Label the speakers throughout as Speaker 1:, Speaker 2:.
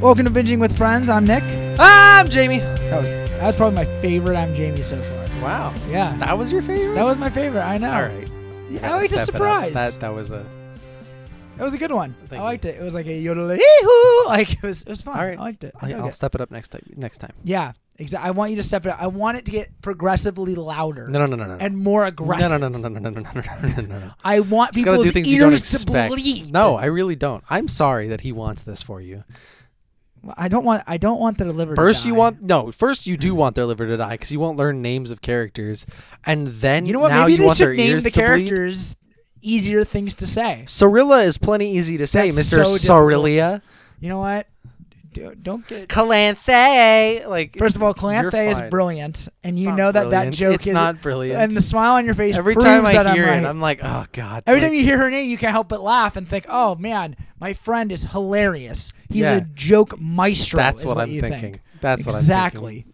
Speaker 1: Welcome to Binging with Friends. I'm Nick.
Speaker 2: I'm Jamie.
Speaker 1: That was that was probably my favorite I'm Jamie so far.
Speaker 2: Wow.
Speaker 1: Yeah.
Speaker 2: That was your favorite?
Speaker 1: That was my favorite. I know.
Speaker 2: All right. You
Speaker 1: I
Speaker 2: gotta
Speaker 1: like the
Speaker 2: step it up.
Speaker 1: surprise.
Speaker 2: That, that was a.
Speaker 1: That was a good one.
Speaker 2: Thank
Speaker 1: I
Speaker 2: you.
Speaker 1: liked it. It was like a yodel, hee-hoo! like it was it was fun.
Speaker 2: All right.
Speaker 1: Oh, I liked it. I
Speaker 2: I,
Speaker 1: dug
Speaker 2: will
Speaker 1: it.
Speaker 2: step it up next time. Next time.
Speaker 1: Yeah, exactly. I want you to step it up. I want it to get progressively louder
Speaker 2: No, no, no, no, no.
Speaker 1: and more
Speaker 2: no,
Speaker 1: aggressive.
Speaker 2: no, no, no, no, no, no, no, no, no, no, no.
Speaker 1: I want
Speaker 2: Just gotta
Speaker 1: people's
Speaker 2: do things
Speaker 1: ears
Speaker 2: you don't
Speaker 1: to
Speaker 2: expect.
Speaker 1: bleed.
Speaker 2: No, I really don't. I'm sorry that he wants this for you.
Speaker 1: I don't want. I don't want the delivery.
Speaker 2: First, you want no. First, you do want their liver to die because you won't learn names of characters, and then
Speaker 1: You know what?
Speaker 2: Now
Speaker 1: Maybe
Speaker 2: you
Speaker 1: they
Speaker 2: want their
Speaker 1: should name
Speaker 2: ears
Speaker 1: the
Speaker 2: to bleed?
Speaker 1: characters easier things to say.
Speaker 2: Cirilla is plenty easy to say,
Speaker 1: That's
Speaker 2: Mr.
Speaker 1: so
Speaker 2: Cerilia.
Speaker 1: You know what? Do, don't get.
Speaker 2: Calanthe. Like
Speaker 1: First of all,
Speaker 2: you're
Speaker 1: Calanthe is
Speaker 2: fine.
Speaker 1: brilliant, and
Speaker 2: It's
Speaker 1: you
Speaker 2: not
Speaker 1: know that that
Speaker 2: brilliant.
Speaker 1: joke
Speaker 2: it's
Speaker 1: is.
Speaker 2: not brilliant.
Speaker 1: and the smile on your face.
Speaker 2: Every
Speaker 1: proves
Speaker 2: time
Speaker 1: that
Speaker 2: I hear
Speaker 1: I'm
Speaker 2: it,
Speaker 1: right.
Speaker 2: I'm like, oh god.
Speaker 1: Every
Speaker 2: like,
Speaker 1: time you hear her name, you can't help but laugh and think, "Oh man, my friend is hilarious. He's
Speaker 2: Yeah.
Speaker 1: a joke maestro."
Speaker 2: that's
Speaker 1: is
Speaker 2: what,
Speaker 1: what
Speaker 2: I'm
Speaker 1: you
Speaker 2: thinking.
Speaker 1: Think.
Speaker 2: That's what
Speaker 1: exactly.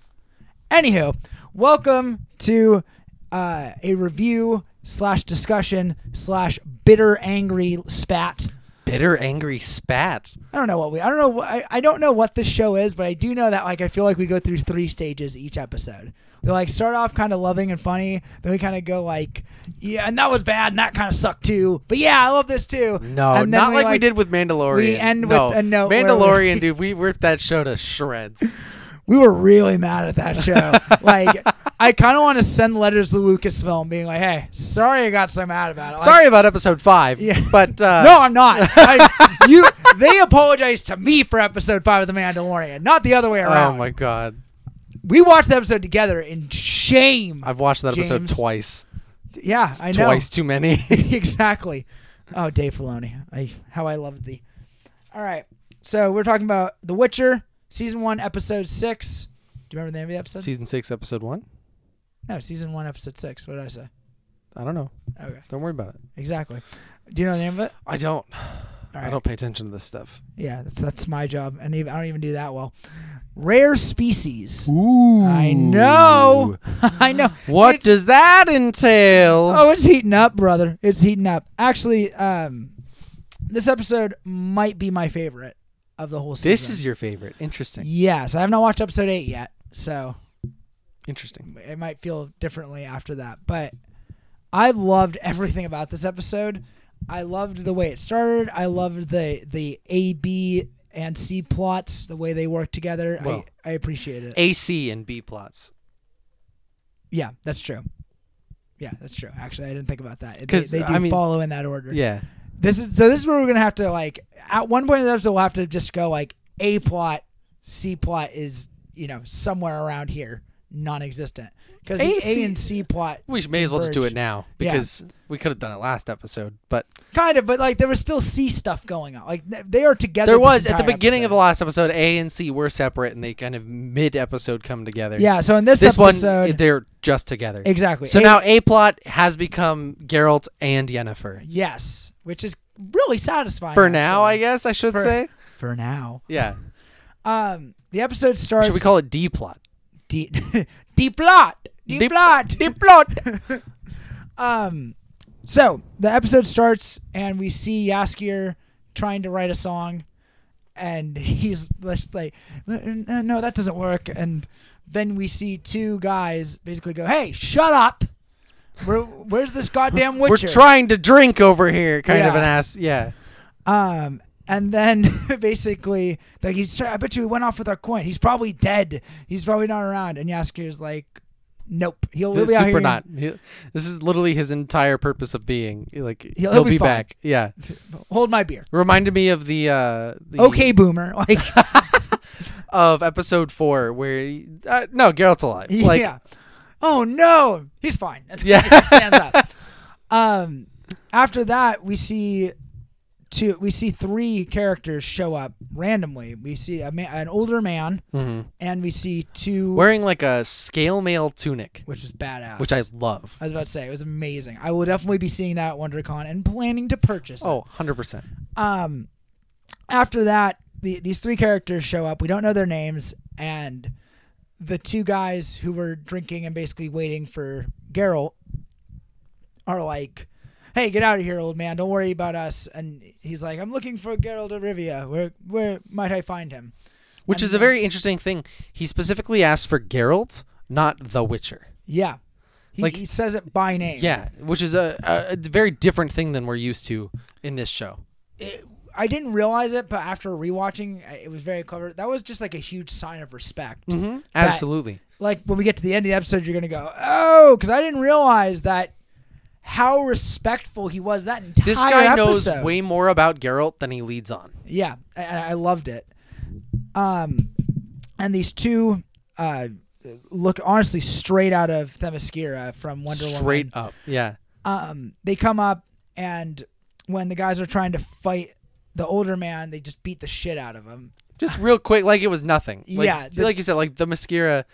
Speaker 1: Anywho, welcome to uh, a review slash discussion slash bitter angry spat.
Speaker 2: I'm thinking. Bitter, angry spat.
Speaker 1: I don't know what we. I don't know. wh- I, I don't know what this show is, but I do know that like I feel like we go through three stages each episode. We like start off kind of loving and funny, then we kind of go like, yeah, and that was bad, and that kind of sucked too. But yeah, I love this too.
Speaker 2: No,
Speaker 1: and then
Speaker 2: not like, we did with Mandalorian.
Speaker 1: we end
Speaker 2: no.
Speaker 1: with a note where we-
Speaker 2: Mandalorian, dude, we ripped that show to shreds.
Speaker 1: We were really mad at that show. like, I kind of want to send letters to Lucasfilm, being like, hey, sorry I got so mad about it. Like,
Speaker 2: Sorry about episode five,
Speaker 1: Yeah.
Speaker 2: but uh,
Speaker 1: no, I'm not. I, you, they apologized to me for episode five of The Mandalorian, not the other way
Speaker 2: Oh
Speaker 1: around.
Speaker 2: my god,
Speaker 1: we watched the episode together in shame.
Speaker 2: I've watched that episode
Speaker 1: James.
Speaker 2: twice.
Speaker 1: yeah, I know.
Speaker 2: Twice too many.
Speaker 1: exactly. Oh, Dave Filoni, I how I love thee. All right, so we're talking about The Witcher, season one, episode six. Do you remember the name of the episode?
Speaker 2: Season six, episode one.
Speaker 1: no, season one, episode six. What did I say?
Speaker 2: I don't know.
Speaker 1: Okay,
Speaker 2: Don't worry about it.
Speaker 1: exactly. Do you know the name of it?
Speaker 2: I don't.
Speaker 1: All
Speaker 2: I
Speaker 1: right.
Speaker 2: don't pay attention to this stuff.
Speaker 1: Yeah, that's that's my job, and even, I don't even do that well. Rare species.
Speaker 2: Ooh.
Speaker 1: I know. I know.
Speaker 2: What
Speaker 1: It's-
Speaker 2: does that entail?
Speaker 1: Oh, it's heating up, brother. It's heating up. Actually, um, this episode might be my favorite of the whole season.
Speaker 2: this is your favorite. Interesting.
Speaker 1: yes. I have not watched episode eight yet, so
Speaker 2: Interesting.
Speaker 1: it might feel differently after that. But I loved everything about this episode. I loved the way it started. I loved the the A, B, and C plots, the way they work together.
Speaker 2: Well,
Speaker 1: I, I appreciate it.
Speaker 2: AC and B plots.
Speaker 1: yeah, that's true. Yeah, that's true. Actually, I didn't think about that. They,
Speaker 2: 'Cause,
Speaker 1: they do
Speaker 2: I mean-
Speaker 1: follow in that order.
Speaker 2: Yeah.
Speaker 1: This is so. This is where we're gonna have to like. At one point in the episode, we'll have to just go like a plot, c plot is you know somewhere around here, non-existent because the
Speaker 2: A,
Speaker 1: a
Speaker 2: C-
Speaker 1: and c plot
Speaker 2: We may as well just do it
Speaker 1: Converge.
Speaker 2: now
Speaker 1: Yeah.
Speaker 2: because we could have done it last episode, but
Speaker 1: kind of, but like there was still c stuff going on. Like th- they are together.
Speaker 2: there
Speaker 1: this
Speaker 2: was at the
Speaker 1: entire
Speaker 2: beginning of the
Speaker 1: episode.
Speaker 2: last episode, A and C were separate, and they kind of mid episode come together.
Speaker 1: Yeah. So in this,
Speaker 2: This
Speaker 1: episode,
Speaker 2: one, eh, they're just together.
Speaker 1: exactly.
Speaker 2: So
Speaker 1: A-
Speaker 2: now A plot has become Geralt and Yennefer.
Speaker 1: yes, which is really satisfying
Speaker 2: For now, I
Speaker 1: actually.
Speaker 2: guess I should
Speaker 1: For-
Speaker 2: say.
Speaker 1: for now.
Speaker 2: Yeah.
Speaker 1: Um, the episode starts.
Speaker 2: Should we call it D plot?
Speaker 1: D D plot? D
Speaker 2: Deep-
Speaker 1: plot.
Speaker 2: D plot.
Speaker 1: Um, so the episode starts and we see Yaskier trying to write a song, and he's just like, "Uh, "No, that doesn't work." And then we see two guys basically go, "Hey, shut up! Where, where's this goddamn
Speaker 2: We're
Speaker 1: Witcher?"
Speaker 2: trying to drink over here, kind of
Speaker 1: Yeah.
Speaker 2: an ass. Yeah.
Speaker 1: um, and then basically, like he's, try- "I bet you he went off with our coin. He's probably dead. He's probably not around." And Yaskier's like, "Nope, he'll, he'll be out
Speaker 2: super
Speaker 1: here."
Speaker 2: not. He- this is literally his entire purpose of being. Like
Speaker 1: He'll-
Speaker 2: he'll,
Speaker 1: he'll
Speaker 2: be,
Speaker 1: be fine.
Speaker 2: back. Yeah.
Speaker 1: Hold my beer.
Speaker 2: Reminded me of the uh the,
Speaker 1: Okay, boomer. Like,
Speaker 2: of episode 4 where he- uh, no, Geralt's alive. Like
Speaker 1: yeah. Oh no, he's fine. And
Speaker 2: Yeah.
Speaker 1: he stands up. Um, after that, we see two. We see three characters show up randomly. We see a man, an older man,
Speaker 2: Mhm.
Speaker 1: and we see two,
Speaker 2: wearing like a scale mail tunic,
Speaker 1: which is badass.
Speaker 2: which I love.
Speaker 1: I was about to say it was amazing. I will definitely be seeing that at WonderCon and planning to purchase. it.
Speaker 2: Oh, 100%.
Speaker 1: um, after that, the, these three characters show up. We don't know their names, and the two guys who were drinking and basically waiting for Geralt are like, "Hey, get out of here, old man! Don't worry about us." And he's like, "I'm looking for Geralt of Rivia. Where where might I find him?"
Speaker 2: Which is a very interesting thing. He specifically asked for Geralt, not The Witcher.
Speaker 1: Yeah. He,
Speaker 2: Like-
Speaker 1: he says it by name.
Speaker 2: Yeah, which is a, a, a very different thing than we're used to in this show.
Speaker 1: It- I didn't realize it, but after rewatching, uh, it was very clever. That was just like a huge sign of respect.
Speaker 2: Mm-hmm. Absolutely.
Speaker 1: Like when we get to the end of the episode, you're gonna go, "Oh," because I didn't realize that how respectful he was that entire
Speaker 2: This guy
Speaker 1: episode.
Speaker 2: knows way more about Geralt than he leads on.
Speaker 1: Yeah, and I loved it. Um, and these two uh, look honestly straight out of Themyscira from Wonder
Speaker 2: Straight
Speaker 1: Woman.
Speaker 2: up. Yeah.
Speaker 1: Um, they come up, and when the guys are trying to fight the older man, they just beat the shit out of him.
Speaker 2: Just real quick, like it was nothing. Like,
Speaker 1: Yeah, the-
Speaker 2: like you said, like the mascara.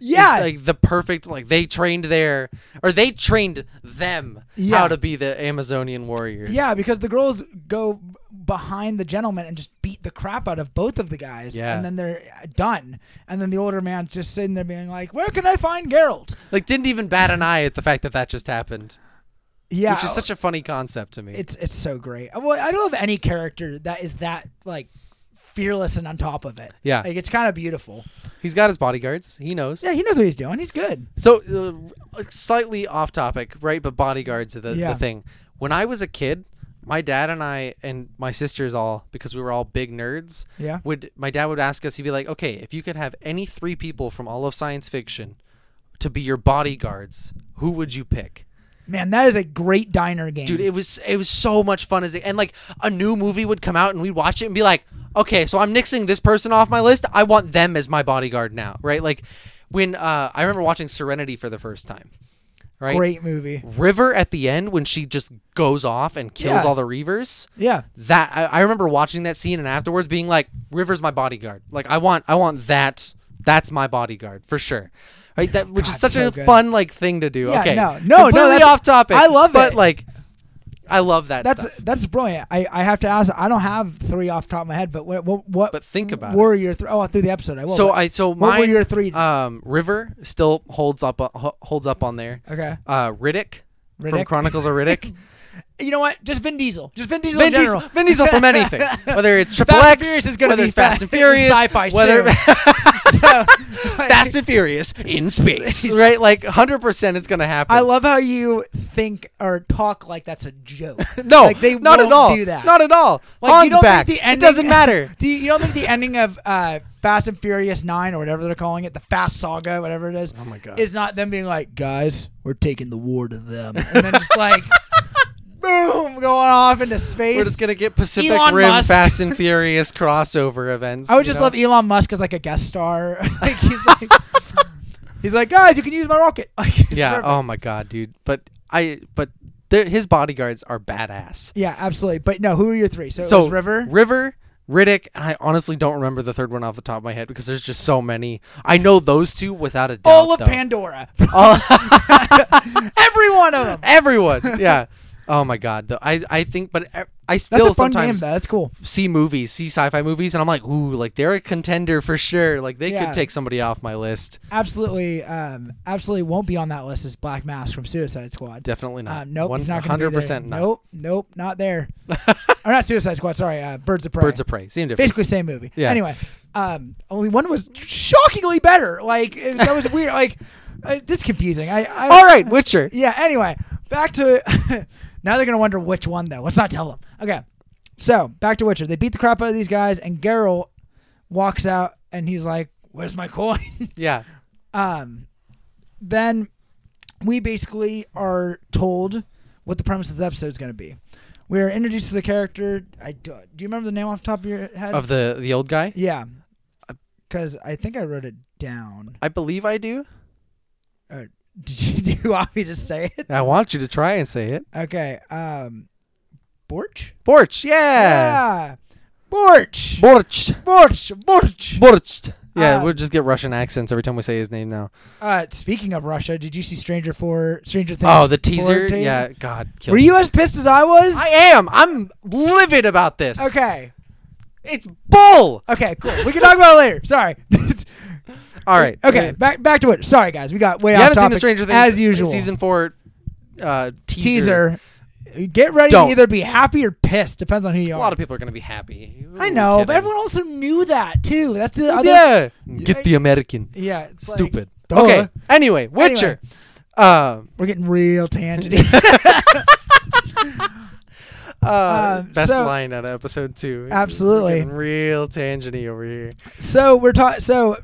Speaker 1: Yeah,
Speaker 2: is, like the perfect like they trained their or they trained them
Speaker 1: Yeah.
Speaker 2: how to be the Amazonian warriors.
Speaker 1: yeah, because the girls go behind the gentleman and just beat the crap out of both of the guys,
Speaker 2: Yeah.
Speaker 1: and then they're uh, done. And then the older man's just sitting there being like, "Where can I find Geralt?"
Speaker 2: Like didn't even bat an eye at the fact that that just happened,
Speaker 1: Yeah, oh,
Speaker 2: which is such a funny concept to me.
Speaker 1: It's it's so great. Uh, Well, I don't have any character that is that like fearless and on top of it.
Speaker 2: Yeah.
Speaker 1: like it's kind of beautiful.
Speaker 2: he's got his bodyguards. He knows.
Speaker 1: Yeah, he knows what he's doing. He's good.
Speaker 2: So uh, slightly off topic, right? But bodyguards are the,
Speaker 1: Yeah.
Speaker 2: the thing. When I was a kid, my dad and I and my sisters all because we were all big nerds.
Speaker 1: Yeah.
Speaker 2: Would my dad would ask us? He'd be like, "Okay, if you could have any three people from all of science fiction to be your bodyguards, who would you pick?"
Speaker 1: Man, that is a great diner game.
Speaker 2: Dude, it was it was so much fun as it, and like a new movie would come out and we'd watch it and be like, okay, so I'm nixing this person off my list. I want them as my bodyguard now, right? Like when uh, I remember watching Serenity for the first time, right?
Speaker 1: great movie.
Speaker 2: River at the end when she just goes off and kills
Speaker 1: Yeah.
Speaker 2: all the Reavers.
Speaker 1: Yeah.
Speaker 2: That I, I remember watching that scene and afterwards being like, River's my bodyguard. Like I want I want that. That's my bodyguard for sure. Right, that which is
Speaker 1: God,
Speaker 2: such
Speaker 1: so
Speaker 2: a
Speaker 1: good.
Speaker 2: fun like thing to do.
Speaker 1: Yeah,
Speaker 2: okay,
Speaker 1: no, no, no,
Speaker 2: completely
Speaker 1: that's-
Speaker 2: off topic.
Speaker 1: I love
Speaker 2: but
Speaker 1: it.
Speaker 2: like, I love that.
Speaker 1: That's
Speaker 2: stuff.
Speaker 1: that's brilliant. I, I have to ask. I don't have three off the top of my head, but what what, what
Speaker 2: But think about
Speaker 1: were your three? Oh, through the episode. I will.
Speaker 2: so
Speaker 1: but-
Speaker 2: I so
Speaker 1: what
Speaker 2: mine
Speaker 1: were your three?
Speaker 2: um River still holds up uh, ho- holds up on there.
Speaker 1: okay.
Speaker 2: Uh, Riddick, from
Speaker 1: Riddick.
Speaker 2: Chronicles of Riddick.
Speaker 1: You know what? Just Vin Diesel. Just Vin Diesel.
Speaker 2: Vin
Speaker 1: in general.
Speaker 2: Diesel, Vin Diesel from anything, whether it's Triple
Speaker 1: Fast and
Speaker 2: X,
Speaker 1: Furious is gonna
Speaker 2: whether
Speaker 1: be
Speaker 2: it's Fast
Speaker 1: fa-
Speaker 2: and Furious,
Speaker 1: sci-fi
Speaker 2: whether
Speaker 1: So-
Speaker 2: Fast and Furious in space, right? Like hundred percent, it's gonna happen.
Speaker 1: I love how you think or talk like that's a joke.
Speaker 2: no,
Speaker 1: like they
Speaker 2: not at
Speaker 1: won't
Speaker 2: all,
Speaker 1: do that.
Speaker 2: not at all.
Speaker 1: Like, you
Speaker 2: Han's
Speaker 1: don't think
Speaker 2: back.
Speaker 1: the
Speaker 2: it
Speaker 1: ending-
Speaker 2: doesn't matter.
Speaker 1: Do you, you don't think the ending of uh, Fast and Furious Nine or whatever they're calling it, the Fast Saga, whatever it is, oh
Speaker 2: my God.
Speaker 1: is not them being like, guys, we're taking the war to them, and then just like, boom, going off into space.
Speaker 2: We're just gonna get Pacific
Speaker 1: Elon
Speaker 2: Rim
Speaker 1: Musk.
Speaker 2: Fast and Furious crossover events.
Speaker 1: I would
Speaker 2: you
Speaker 1: just
Speaker 2: know?
Speaker 1: love Elon Musk as like a guest star. like he's like, he's like, guys, you can use my rocket. Like, it's
Speaker 2: Yeah.
Speaker 1: perfect.
Speaker 2: Oh my god, dude. But I. But they're- his bodyguards are badass.
Speaker 1: yeah, absolutely. But no, who are your three? So, it
Speaker 2: so
Speaker 1: was River.
Speaker 2: River, Riddick, and I honestly don't remember the third one off the top of my head because there's just so many. I know those two without a doubt.
Speaker 1: all of
Speaker 2: though.
Speaker 1: Pandora.
Speaker 2: All-
Speaker 1: Every one of them.
Speaker 2: everyone. Yeah. Oh my god. Though I I think, but e- I
Speaker 1: That's
Speaker 2: still
Speaker 1: a fun
Speaker 2: sometimes
Speaker 1: game, though. That's cool.
Speaker 2: see movies, see sci-fi movies, and I'm like, ooh, like they're a contender for sure. Like they
Speaker 1: Yeah.
Speaker 2: could take somebody off my list.
Speaker 1: Absolutely, um, absolutely won't be on that list is Black Mask from Suicide Squad.
Speaker 2: Definitely not.
Speaker 1: Um, nope,
Speaker 2: One
Speaker 1: it's not going to
Speaker 2: hundred
Speaker 1: be there.
Speaker 2: percent not.
Speaker 1: Nope, nope, not there. or not Suicide Squad. Sorry, uh, Birds of Prey.
Speaker 2: Birds of prey. Same difference.
Speaker 1: Basically, same movie.
Speaker 2: Yeah.
Speaker 1: Anyway, um, only one was shockingly better. Like it, that was weird. Like uh, it's confusing. I, I
Speaker 2: All right, Witcher.
Speaker 1: yeah. Anyway, back to now they're gonna wonder which one though. Let's not tell them. Okay, so back to Witcher. They beat the crap out of these guys, and Geralt walks out, and he's like, "Where's my coin?"
Speaker 2: Yeah.
Speaker 1: um, then we basically are told what the premise of this episode is gonna be. We are introduced to the character. I do, do you remember the name off the top of your head?
Speaker 2: Of the the old guy.
Speaker 1: yeah, because I think I wrote it down.
Speaker 2: I believe I do.
Speaker 1: Uh, did you, do you want me to say it?
Speaker 2: I want you to try and say it.
Speaker 1: Okay. Um, Borch.
Speaker 2: Borch,
Speaker 1: Yeah.
Speaker 2: yeah.
Speaker 1: Borch.
Speaker 2: Borch.
Speaker 1: Borch. Borch.
Speaker 2: Borch. Yeah,
Speaker 1: Uh,
Speaker 2: we'll just get Russian accents every time we say his name now.
Speaker 1: Uh, speaking of Russia, did you see Stranger for Stranger Things?
Speaker 2: Oh, the
Speaker 1: four
Speaker 2: teaser.
Speaker 1: teaser?
Speaker 2: Yeah, God. Kill
Speaker 1: Were
Speaker 2: me.
Speaker 1: you as pissed as I was?
Speaker 2: I am. I'm livid about this.
Speaker 1: okay.
Speaker 2: It's bull.
Speaker 1: Okay. Cool. We can talk about it later. Sorry.
Speaker 2: All right.
Speaker 1: okay. Back back to it. Sorry, guys. We got way
Speaker 2: You
Speaker 1: off
Speaker 2: haven't
Speaker 1: topic.
Speaker 2: seen the Stranger Things
Speaker 1: as usual.
Speaker 2: season four uh, teaser.
Speaker 1: teaser. Get ready
Speaker 2: Don't.
Speaker 1: to either be happy or pissed. Depends on who you
Speaker 2: A
Speaker 1: are.
Speaker 2: lot of people are gonna be happy. Who
Speaker 1: I
Speaker 2: are we
Speaker 1: know, but
Speaker 2: kidding?
Speaker 1: everyone also knew that too. That's the other.
Speaker 2: yeah,
Speaker 1: Yeah,
Speaker 2: get the American.
Speaker 1: yeah it's like-
Speaker 2: Stupid.
Speaker 1: duh.
Speaker 2: okay. Anyway, Witcher. Um,
Speaker 1: we're getting real tangent.
Speaker 2: uh,
Speaker 1: Um,
Speaker 2: best
Speaker 1: so-
Speaker 2: line out of episode two. We're
Speaker 1: Absolutely.
Speaker 2: getting Real tangenty over here.
Speaker 1: So we're taught. So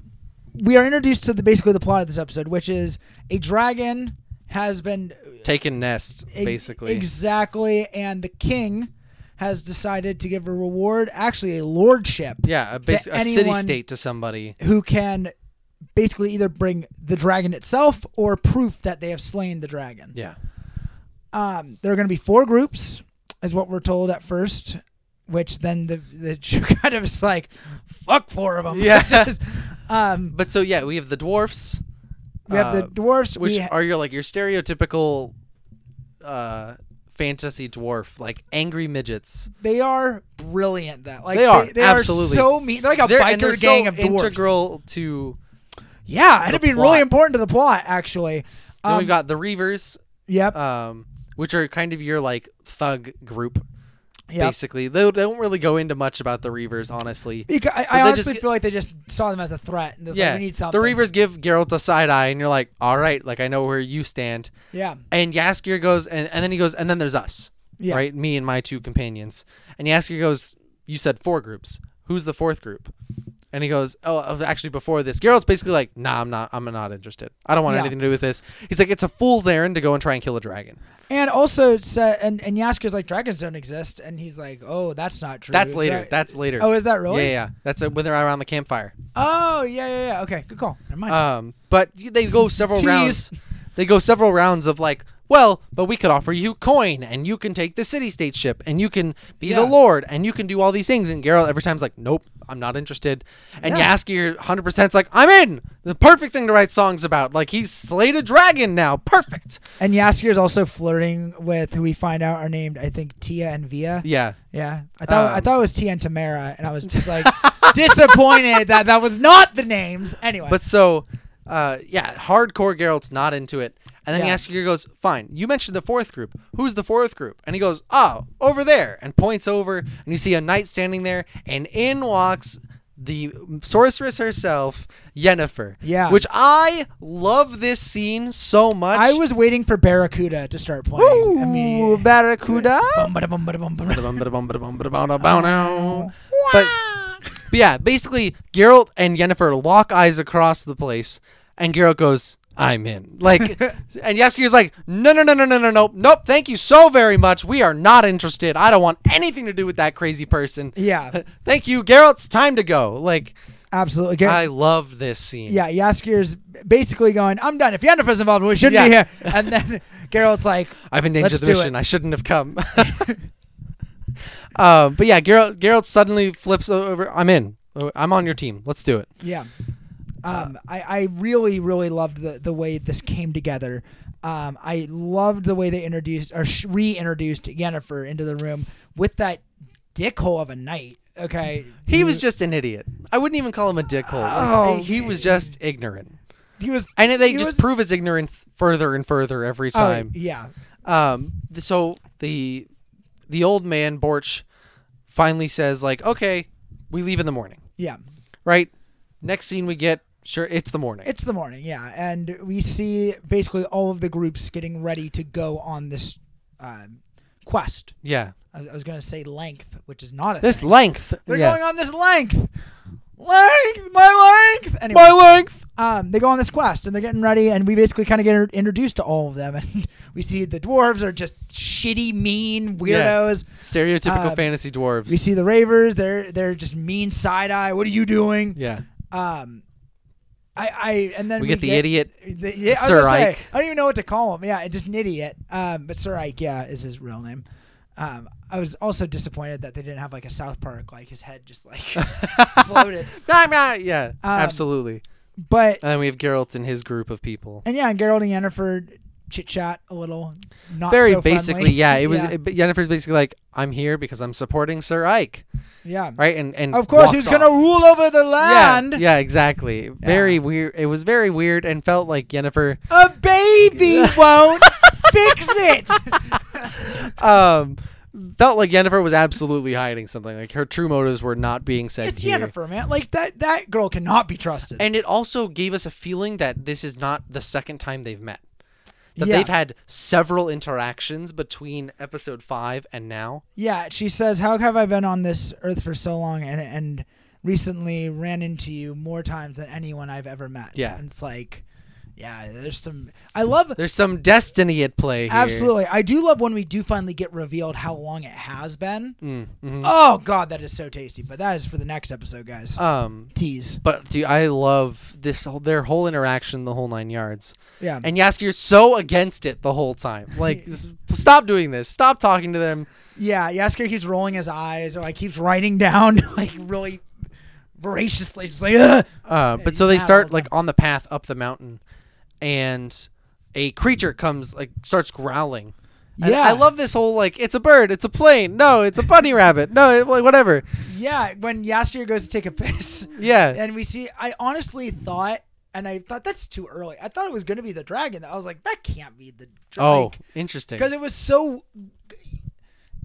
Speaker 1: we are introduced to the basically the plot of this episode, which is a dragon has been uh,
Speaker 2: Taking nest, basically.
Speaker 1: exactly, and the king has decided to give a reward, actually a lordship,
Speaker 2: yeah, a, bas-
Speaker 1: to
Speaker 2: a city
Speaker 1: anyone-
Speaker 2: state to somebody.
Speaker 1: who can basically either bring the dragon itself or proof that they have slain the dragon.
Speaker 2: Yeah.
Speaker 1: Um, there are going to be four groups, is what we're told at first. Which then the the show kind of is like, fuck four of them.
Speaker 2: Yeah.
Speaker 1: Just, um,
Speaker 2: But so yeah, we have the dwarfs,
Speaker 1: we have
Speaker 2: Uh,
Speaker 1: the dwarfs.
Speaker 2: which
Speaker 1: we ha-
Speaker 2: are your like your stereotypical uh fantasy dwarf, like angry midgets.
Speaker 1: they are brilliant. That like
Speaker 2: They are,
Speaker 1: They, they
Speaker 2: absolutely.
Speaker 1: are so mean. They're like a
Speaker 2: They're, and they're
Speaker 1: biker gang
Speaker 2: so
Speaker 1: of dwarves.
Speaker 2: integral to.
Speaker 1: yeah, and
Speaker 2: the
Speaker 1: it'd be
Speaker 2: plot.
Speaker 1: really important to the plot actually.
Speaker 2: Then
Speaker 1: Um,
Speaker 2: we've got the reavers,
Speaker 1: yep,
Speaker 2: um, which are kind of your like thug group.
Speaker 1: yep.
Speaker 2: Basically, they, they don't really go into much about the reavers, honestly.
Speaker 1: Because I,
Speaker 2: they
Speaker 1: I honestly
Speaker 2: just-
Speaker 1: feel like they just saw them as a threat and it's
Speaker 2: yeah,
Speaker 1: like we need
Speaker 2: the
Speaker 1: something.
Speaker 2: reavers give Geralt a side eye, and you're like, all right, like I know where you stand.
Speaker 1: Yeah,
Speaker 2: And Yaskir goes, and, and then he goes, and then there's us,
Speaker 1: Yeah.
Speaker 2: right? Me and my two companions. And Yaskir goes, you said four groups. Who's the fourth group? And he goes, oh, uh, actually, before this, Geralt's basically like, nah, I'm not, I'm not interested. I don't want
Speaker 1: Yeah.
Speaker 2: anything to do with this. He's like, it's a fool's errand to go and try and kill a dragon.
Speaker 1: and also it's, uh, and and Yaska's like dragons don't exist, and he's like, oh, that's not true.
Speaker 2: That's later.
Speaker 1: Dra-
Speaker 2: That's later.
Speaker 1: oh, is that
Speaker 2: yeah,
Speaker 1: really?
Speaker 2: yeah, yeah. That's uh when they're around the campfire.
Speaker 1: Oh, yeah, yeah, yeah. Okay, good call. Never mind.
Speaker 2: Um, but y- they go several
Speaker 1: Tease.
Speaker 2: rounds. They go several rounds of like, well, but we could offer you coin, and you can take the city state ship, and you can be the
Speaker 1: Yeah.
Speaker 2: lord, and you can do all these things. And Geralt every time's like, nope, I'm not interested. And
Speaker 1: Yeah.
Speaker 2: Yaskir 100 percent's like, I'm in. The perfect thing to write songs about. Like he's slayed a dragon now. Perfect.
Speaker 1: and Yaskir's also flirting with who we find out are named, I think, Tia and Via.
Speaker 2: Yeah.
Speaker 1: Yeah, I thought I
Speaker 2: Um,
Speaker 1: thought it was T and Tamara, and I was just like disappointed that that was not the names. Anyway,
Speaker 2: But so, uh, yeah, hardcore Geralt's not into it. And then
Speaker 1: Yeah.
Speaker 2: Yaskir goes, fine, you mentioned the fourth group. Who's the fourth group? And he goes, oh, over there. And points over, and you see a knight standing there, and in walks the sorceress herself, Yennefer.
Speaker 1: Yeah.
Speaker 2: Which I love this scene so much.
Speaker 1: I was waiting for Barracuda to start playing.
Speaker 2: Ooh,
Speaker 1: immediately.
Speaker 2: Barracuda.
Speaker 1: Bum, bada, bum, bada, bum, bada.
Speaker 2: Ba-da-bum-ba-da-bum-ba-da-bum-ba-da-bum-ba-da-bum-ba-da-bum. But but yeah, basically Geralt and Yennefer lock eyes across the place, and Geralt goes, "I'm in." Like, and Yaskir's like, "No, no, no, no, no, no, no, nope. Thank you so very much. We are not interested. I don't want anything to do with that crazy person."
Speaker 1: Yeah,
Speaker 2: Thank you, Geralt. It's time to go. Like,
Speaker 1: absolutely. Gar-
Speaker 2: I love this scene.
Speaker 1: yeah, Yaskir's basically going, I'm done. If Yennefer's involved, we shouldn't be
Speaker 2: Yeah.
Speaker 1: here. And then Geralt's like,
Speaker 2: I've endangered
Speaker 1: Let's
Speaker 2: the
Speaker 1: do it.
Speaker 2: mission. I shouldn't have come. um, but yeah, Geralt, Geralt suddenly flips over. I'm in. I'm on your team. Let's do it.
Speaker 1: yeah.
Speaker 2: Uh,
Speaker 1: Um, I, I really, really loved the, the way this came together. Um, I loved the way they introduced or sh- reintroduced Yennefer into the room with that dickhole of a knight. Okay.
Speaker 2: He was just an idiot. I wouldn't even call him a dickhole.
Speaker 1: Oh,
Speaker 2: he was just ignorant.
Speaker 1: he was
Speaker 2: And they
Speaker 1: He
Speaker 2: just
Speaker 1: was-
Speaker 2: prove his ignorance further and further every
Speaker 1: oh,
Speaker 2: time.
Speaker 1: yeah.
Speaker 2: Um, th- so the the old man Borch finally says like, "Okay, we leave in the morning."
Speaker 1: Yeah.
Speaker 2: Right? Next scene we get, sure, it's the morning.
Speaker 1: It's the morning, yeah, and we see basically all of the groups getting ready to go on this um quest.
Speaker 2: yeah.
Speaker 1: I, I was going to say length, which is not a
Speaker 2: This
Speaker 1: thing.
Speaker 2: length.
Speaker 1: They're
Speaker 2: yeah.
Speaker 1: going on this length, length, my length. Anyway,
Speaker 2: My length.
Speaker 1: um, they go on this quest and they're getting ready, and we basically kind of get introduced to all of them, and we see the dwarves are just shitty, mean weirdos.
Speaker 2: Stereotypical
Speaker 1: Um,
Speaker 2: fantasy dwarves.
Speaker 1: We see the ravers; they're they're just mean side eye. What are you doing?
Speaker 2: yeah.
Speaker 1: Um, I, I and then
Speaker 2: We
Speaker 1: we,
Speaker 2: get the idiot,
Speaker 1: the- yeah, I was
Speaker 2: Sir
Speaker 1: gonna say,
Speaker 2: Ike.
Speaker 1: I don't even know what to call him. Yeah, just an idiot. Um, but Sir Ike, yeah, is his real name. Um, I was also disappointed that they didn't have like a South Park, like his head just like floated.
Speaker 2: Nah, nah, yeah.
Speaker 1: Um,
Speaker 2: absolutely.
Speaker 1: But
Speaker 2: And then we have Geralt and his group of people.
Speaker 1: and yeah, and Geralt and Yennefer chit chat a little, not
Speaker 2: very
Speaker 1: so
Speaker 2: basically
Speaker 1: friendly.
Speaker 2: yeah it was
Speaker 1: yeah.
Speaker 2: it- but Yennefer's basically like I'm here because I'm supporting Sir Ike
Speaker 1: yeah.
Speaker 2: right and and
Speaker 1: Of course,
Speaker 2: walks
Speaker 1: he's
Speaker 2: off.
Speaker 1: gonna rule over the land.
Speaker 2: yeah yeah exactly very weird it was very weird and felt like Yennefer
Speaker 1: A baby won't fix it.
Speaker 2: um, felt like Yennefer was absolutely hiding something. Like her true motives were not being said
Speaker 1: It's
Speaker 2: here.
Speaker 1: Yennefer, man. Like that that girl cannot be trusted.
Speaker 2: And it also gave us a feeling that this is not the second time they've met. That
Speaker 1: Yeah.
Speaker 2: they've had several interactions between episode five and now.
Speaker 1: yeah, she says, "How have I been on this earth for so long and and recently ran into you more times than anyone I've ever met?"
Speaker 2: Yeah.
Speaker 1: and it's like, yeah, there's some. I love
Speaker 2: There's some destiny at play here.
Speaker 1: absolutely. I do love when we do finally get revealed how long it has been.
Speaker 2: Mm, mhm.
Speaker 1: Oh God, that is so tasty. But that is for the next episode, guys.
Speaker 2: Um,
Speaker 1: Tease.
Speaker 2: but dude, I love this whole- their whole interaction, the whole nine yards.
Speaker 1: Yeah.
Speaker 2: And Yaskir's so against it the whole time. Like, s- stop doing this. Stop talking to them.
Speaker 1: Yeah, Yasker keeps rolling his eyes or like keeps writing down like really voraciously, just like Ugh!
Speaker 2: Uh, but so
Speaker 1: you
Speaker 2: they
Speaker 1: have all
Speaker 2: start
Speaker 1: the
Speaker 2: like on the path up the mountain, and a creature comes like starts growling. And
Speaker 1: Yeah.
Speaker 2: I love this whole like it's a bird, it's a plane, no, it's a bunny rabbit, no, it, like whatever.
Speaker 1: yeah. When Yasker goes to take a piss,
Speaker 2: Yeah,
Speaker 1: and we see, I honestly thought, and I thought that's too early. I thought it was gonna be the dragon. I was like, that can't be the
Speaker 2: oh,
Speaker 1: dragon.
Speaker 2: interesting.
Speaker 1: because it was so.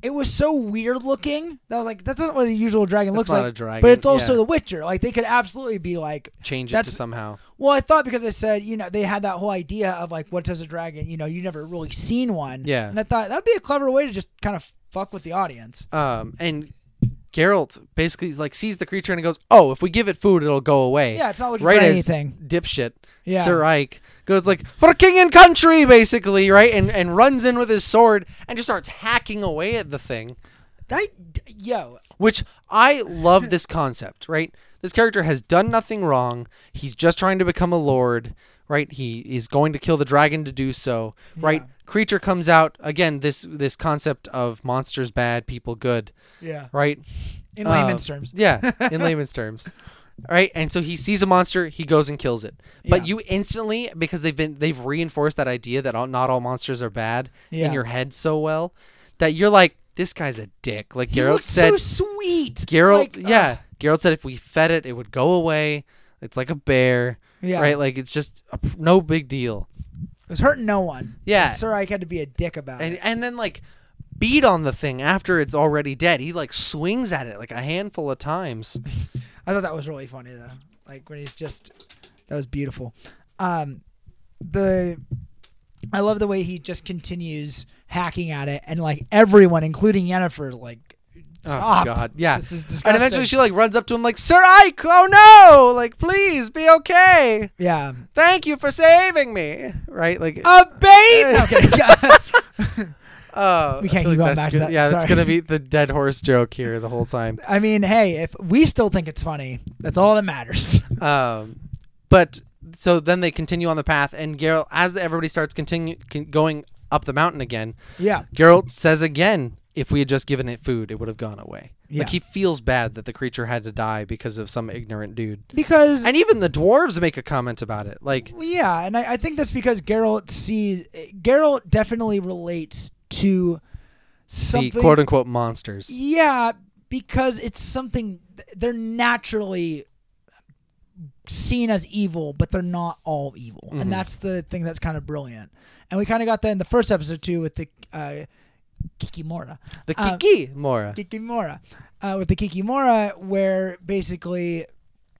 Speaker 1: It was so weird looking that I was like, that's not what a usual dragon looks
Speaker 2: not
Speaker 1: like.
Speaker 2: a dragon,
Speaker 1: But it's also
Speaker 2: yeah.
Speaker 1: The Witcher. Like they could absolutely be like
Speaker 2: Change it to
Speaker 1: that's-
Speaker 2: somehow.
Speaker 1: Well, I thought because I said, you know, they had that whole idea of like, what does a dragon? You know, you never really seen one.
Speaker 2: Yeah.
Speaker 1: And I thought that'd be a clever way to just kind of fuck with the audience.
Speaker 2: Um, and Geralt basically like sees the creature and he goes, oh, if we give it food, it'll go away.
Speaker 1: Yeah, it's not looking
Speaker 2: right
Speaker 1: for
Speaker 2: as
Speaker 1: anything.
Speaker 2: dipshit
Speaker 1: Yeah.
Speaker 2: Sir Ike goes like for king and country basically right and and runs in with his sword and just starts hacking away at the thing.
Speaker 1: That, yo,
Speaker 2: which I love this concept, right? This character has done nothing wrong. He's just trying to become a lord, right? He is going to kill the dragon to do so, right?
Speaker 1: Yeah.
Speaker 2: Creature comes out again. This this concept of monsters bad, people good,
Speaker 1: yeah.
Speaker 2: right?
Speaker 1: In layman's
Speaker 2: Um,
Speaker 1: terms.
Speaker 2: Yeah, in layman's terms. Right? And so he sees a monster, he goes and kills it. But
Speaker 1: Yeah.
Speaker 2: you instantly because they've been they've reinforced that idea that all, not all monsters are bad
Speaker 1: Yeah.
Speaker 2: in your head so well that you're like this guy's a dick. Like
Speaker 1: He
Speaker 2: Geralt
Speaker 1: looks
Speaker 2: said
Speaker 1: so sweet.
Speaker 2: Geralt,
Speaker 1: Like, uh,
Speaker 2: yeah. Geralt said if we fed it, it would go away. It's like a bear,
Speaker 1: yeah.
Speaker 2: right? Like it's just a, p- no big deal.
Speaker 1: It was hurting no one.
Speaker 2: Yeah.
Speaker 1: And Sir Ike had to be a dick about
Speaker 2: And
Speaker 1: it.
Speaker 2: and then like beat on the thing after it's already dead. He like swings at it like a handful of times.
Speaker 1: I thought that was really funny though. Like when he's just, that was beautiful. Um, the, I love the way he just continues hacking at it, and like everyone, including Yennefer, is like, stop.
Speaker 2: Oh god, yeah.
Speaker 1: This is
Speaker 2: and
Speaker 1: disgusting.
Speaker 2: eventually she like runs up to him like, "Sir Ike, oh no! Like please be okay.
Speaker 1: yeah,
Speaker 2: Thank you for saving me." Right? Like
Speaker 1: a babe. No, I'm kidding. we
Speaker 2: uh, I
Speaker 1: can't
Speaker 2: feel
Speaker 1: keep going
Speaker 2: that's
Speaker 1: back to
Speaker 2: gonna-
Speaker 1: that,
Speaker 2: Yeah, that's
Speaker 1: sorry.
Speaker 2: going to be the dead horse joke here the whole time.
Speaker 1: I mean, hey, if we still think it's funny, that's all that matters.
Speaker 2: Um, but so then they continue on the path, and Geralt, as everybody starts continue con- going up the mountain again,
Speaker 1: yeah,
Speaker 2: Geralt says again, "If we had just given it food, it would have gone away."
Speaker 1: Yeah.
Speaker 2: Like he feels bad that the creature had to die because of some ignorant dude,
Speaker 1: because
Speaker 2: and even the dwarves make a comment about it. Like,
Speaker 1: Well, yeah, and I, I think that's because Geralt sees Geralt definitely relates to something.
Speaker 2: the quote unquote monsters.
Speaker 1: yeah, because it's something they're naturally seen as evil, but they're not all evil,
Speaker 2: Mhm.
Speaker 1: and that's the thing that's kind of brilliant. And we kind of got that in the first episode too with the uh, Kikimora.
Speaker 2: The
Speaker 1: Uh,
Speaker 2: Kiki Mora.
Speaker 1: Kikimora, uh, with the Kikimora, where basically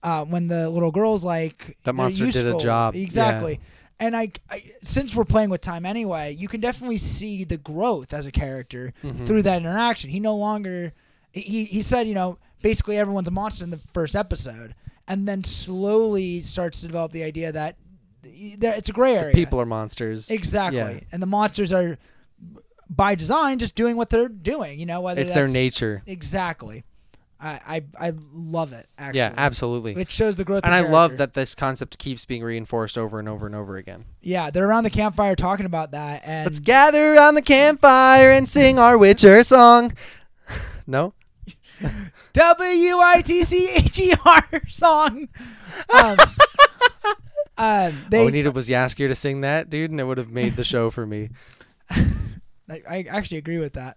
Speaker 1: uh, when the little girl's like
Speaker 2: That
Speaker 1: they're
Speaker 2: monster did a
Speaker 1: useful.
Speaker 2: job, yeah.
Speaker 1: exactly. And I, I, since we're playing with time anyway, you can definitely see the growth as a character
Speaker 2: Mm-hmm.
Speaker 1: through that interaction. He no longer, he he said, you know, basically everyone's a monster in the first episode, and then slowly starts to develop the idea that, that it's a gray area.
Speaker 2: People are monsters.
Speaker 1: Exactly.
Speaker 2: Yeah.
Speaker 1: And the monsters are by design just doing what they're doing, you know, whether
Speaker 2: It's their
Speaker 1: that's-
Speaker 2: nature.
Speaker 1: Exactly. I, I I love it actually.
Speaker 2: Yeah, absolutely.
Speaker 1: It shows the growth
Speaker 2: And
Speaker 1: of
Speaker 2: I love
Speaker 1: character.
Speaker 2: that this concept keeps being reinforced over and over and over again.
Speaker 1: Yeah, they're around the campfire talking about that and
Speaker 2: Let's gather around the campfire and sing our Witcher song. No?
Speaker 1: W I T C H E R song. Um, um,
Speaker 2: All
Speaker 1: they
Speaker 2: Oh, we needed was Yaskier to sing that, dude, and it would have made the show for me.
Speaker 1: I, I actually agree with that.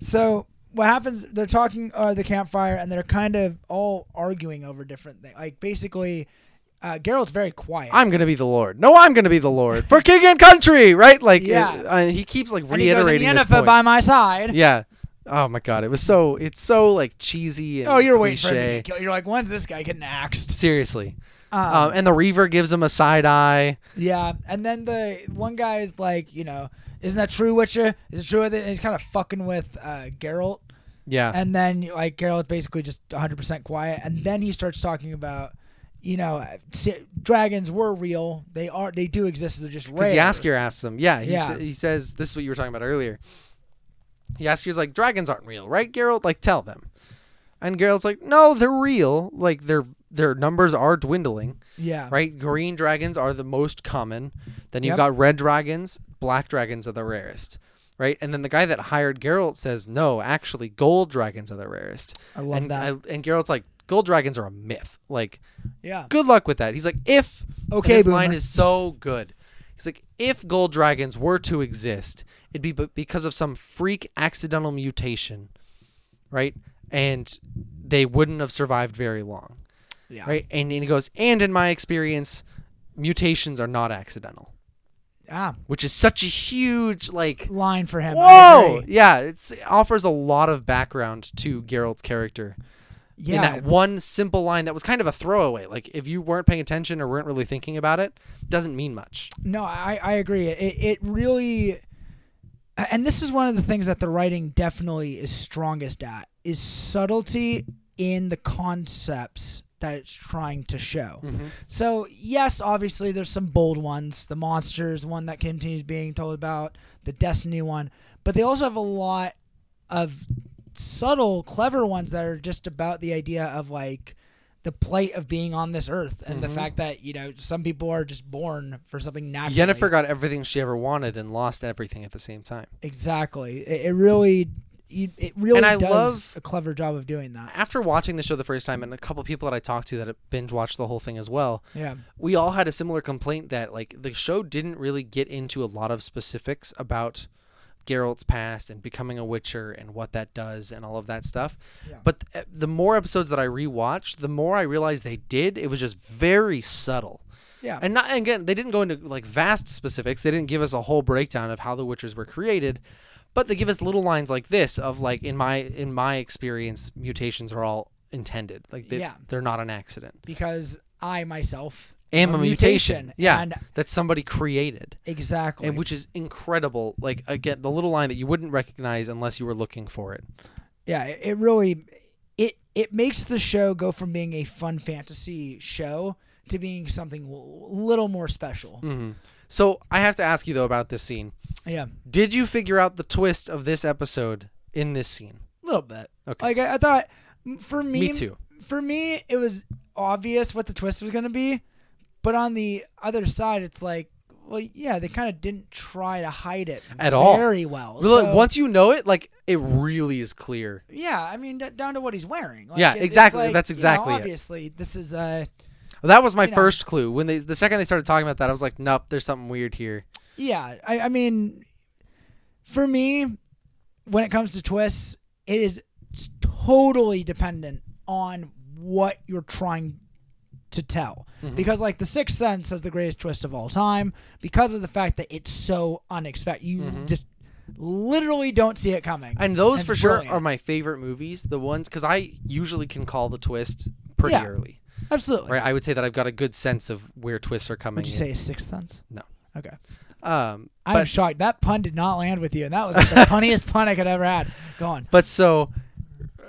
Speaker 1: So what happens? They're talking uh, the campfire, and they're kind of all arguing over different things. Like basically, uh, Geralt's very quiet.
Speaker 2: I'm gonna be the Lord. No, I'm gonna be the Lord for king and country, right? Like,
Speaker 1: Yeah.
Speaker 2: uh, uh, he keeps like
Speaker 1: and he goes,
Speaker 2: reiterating
Speaker 1: "And
Speaker 2: this
Speaker 1: Yennefer
Speaker 2: point.
Speaker 1: by my side.
Speaker 2: yeah. Oh my god, it was so. It's so like cheesy. And
Speaker 1: Oh, you're waiting
Speaker 2: cliche.
Speaker 1: for him to get killed. You're like, when's this guy getting axed?
Speaker 2: Seriously.
Speaker 1: Um,
Speaker 2: Um, and the Reaver gives him a side eye.
Speaker 1: yeah, and then the one guy is like, you know, isn't that true, Witcher? Is it true? With it? And he's kind of fucking with uh, Geralt,
Speaker 2: Yeah.
Speaker 1: and then like Geralt's basically just 100 percent quiet, and then he starts talking about, you know, si- dragons were real. They are. They do exist. They're just rare.
Speaker 2: Because Yaskir asks him. Yeah, he,
Speaker 1: Yeah.
Speaker 2: sa- he says, this is what you were talking about earlier. Yaskir's like, dragons aren't real, right, Geralt? Like, tell them. And Geralt's like, no, they're real. Like, their their numbers are dwindling,
Speaker 1: Yeah.
Speaker 2: right? Green dragons are the most common. Then you've
Speaker 1: Yep.
Speaker 2: got red dragons. Black dragons are the rarest, right? And then the guy that hired Geralt says, no, actually, gold dragons are the rarest.
Speaker 1: I love
Speaker 2: and,
Speaker 1: that.
Speaker 2: I- and Geralt's like, gold dragons are a myth. Like,
Speaker 1: yeah.
Speaker 2: good luck with that. He's like, if and
Speaker 1: Okay,
Speaker 2: this
Speaker 1: boomer.
Speaker 2: line is so good. He's like, if gold dragons were to exist, it'd be b- because of some freak accidental mutation, right? And they wouldn't have survived very long,
Speaker 1: Yeah.
Speaker 2: right? And, and he goes, and in my experience, mutations are not accidental,
Speaker 1: Ah,
Speaker 2: which is such a huge like.
Speaker 1: line for him. I
Speaker 2: Whoa!
Speaker 1: agree.
Speaker 2: Yeah, it's, it offers a lot of background to Geralt's character in
Speaker 1: Yeah.
Speaker 2: that one simple line that was kind of a throwaway. Like if you weren't paying attention or weren't really thinking about it, doesn't mean much.
Speaker 1: No, I, I agree. It, it really, and this is one of the things that the writing definitely is strongest at is subtlety in the concepts that it's trying to show. So yes, obviously there's some bold ones, the monsters one that continues being told about, the destiny one, but they also have a lot of subtle, clever ones that are just about the idea of like the plight of being on this earth and the
Speaker 2: Mm-hmm.
Speaker 1: fact that you know some people are just born for something natural.
Speaker 2: Yennefer got everything she ever wanted and lost everything at the same time.
Speaker 1: exactly. It, it really, it it really
Speaker 2: I
Speaker 1: does
Speaker 2: love-
Speaker 1: a clever job of doing that.
Speaker 2: After watching the show the first time, and a couple people that I talked to that binge watched the whole thing as well,
Speaker 1: Yeah,
Speaker 2: we all had a similar complaint that like the show didn't really get into a lot of specifics about Geralt's past and becoming a Witcher and what that does and all of that stuff.
Speaker 1: Yeah.
Speaker 2: But th- the more episodes that I rewatched, the more I realized they did. It was just very subtle.
Speaker 1: yeah,
Speaker 2: And not and again, they didn't go into like vast specifics. They didn't give us a whole breakdown of how the Witchers were created, but they give us little lines like this of like in my in my experience, mutations are all intended. Like they,
Speaker 1: Yeah.
Speaker 2: they're not an accident.
Speaker 1: because I myself
Speaker 2: Am a mutation. Yeah.
Speaker 1: and
Speaker 2: That somebody created.
Speaker 1: exactly.
Speaker 2: And which is incredible. Like again, the little line that you wouldn't recognize unless you were looking for it.
Speaker 1: yeah it, it really it it makes the show go from being a fun fantasy show to being something a little more special
Speaker 2: Mhm. So I have to ask you though about this scene.
Speaker 1: yeah
Speaker 2: Did you figure out the twist of this episode in this scene?
Speaker 1: a little bit
Speaker 2: Okay.
Speaker 1: like i, I thought m- for me,
Speaker 2: Me too.
Speaker 1: for me it was obvious what the twist was going to be but on the other side it's like well yeah they kind of didn't try to hide it
Speaker 2: At all.
Speaker 1: very well
Speaker 2: Really,
Speaker 1: So,
Speaker 2: once you know it, like it really is clear.
Speaker 1: yeah i mean d- down to what he's wearing Like,
Speaker 2: Yeah,
Speaker 1: it- it's
Speaker 2: exactly.
Speaker 1: like,
Speaker 2: That's
Speaker 1: you know,
Speaker 2: exactly it.
Speaker 1: obviously this is uh
Speaker 2: Well, That was my
Speaker 1: You know.
Speaker 2: first clue. When they the second they started talking about that, I was like, nope, there's something weird here.
Speaker 1: Yeah, I, I mean, for me, when it comes to twists, it is totally dependent on what you're trying to tell.
Speaker 2: Mm-hmm.
Speaker 1: Because, like, The Sixth Sense has the greatest twist of all time because of the fact that it's so unexpected. You just literally don't see it coming.
Speaker 2: Mm-hmm. And those
Speaker 1: Mm-hmm. That's
Speaker 2: for sure
Speaker 1: brilliant.
Speaker 2: are my favorite movies. The ones because I usually can call the twist pretty
Speaker 1: Yeah.
Speaker 2: early.
Speaker 1: Absolutely.
Speaker 2: Right? I would say that I've got a good sense of where twists are coming.
Speaker 1: Would you say a Sixth Sense?
Speaker 2: No.
Speaker 1: Okay.
Speaker 2: in. Um,
Speaker 1: I'm
Speaker 2: but
Speaker 1: shocked. That pun did not land with you, and that was like, the funniest pun I could ever had. Go on.
Speaker 2: but so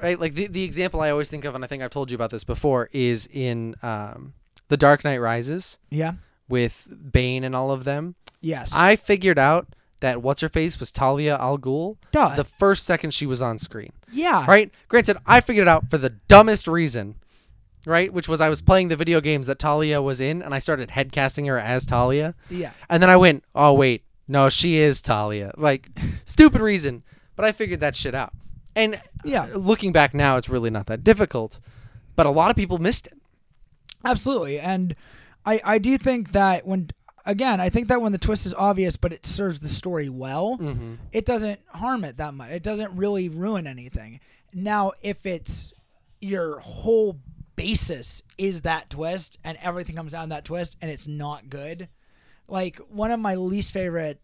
Speaker 2: right like the, the example I always think of, and I think I've told you about this before, is in um, the Dark Knight Rises
Speaker 1: Yeah.
Speaker 2: with Bane and all of them.
Speaker 1: Yes.
Speaker 2: I figured out that what's her face was Talia Al Ghul
Speaker 1: Duh.
Speaker 2: the first second she was on screen.
Speaker 1: yeah.
Speaker 2: Right? Granted, I figured it out for the dumbest reason, right? Which was I was playing the video games that Talia was in and I started headcasting her as Talia.
Speaker 1: Yeah.
Speaker 2: And then I went, oh, wait, no, she is Talia. Like, stupid reason, but I figured that shit out. And uh,
Speaker 1: Yeah.
Speaker 2: looking back now, it's really not that difficult, but a lot of people missed it.
Speaker 1: Absolutely. And I, I do think that when, again, I think that when the twist is obvious, but it serves the story well, it doesn't harm it that much. It doesn't really ruin anything. Now, if it's your whole basis is that twist, and everything comes down to that twist, and it's not good. Like one of my least favorite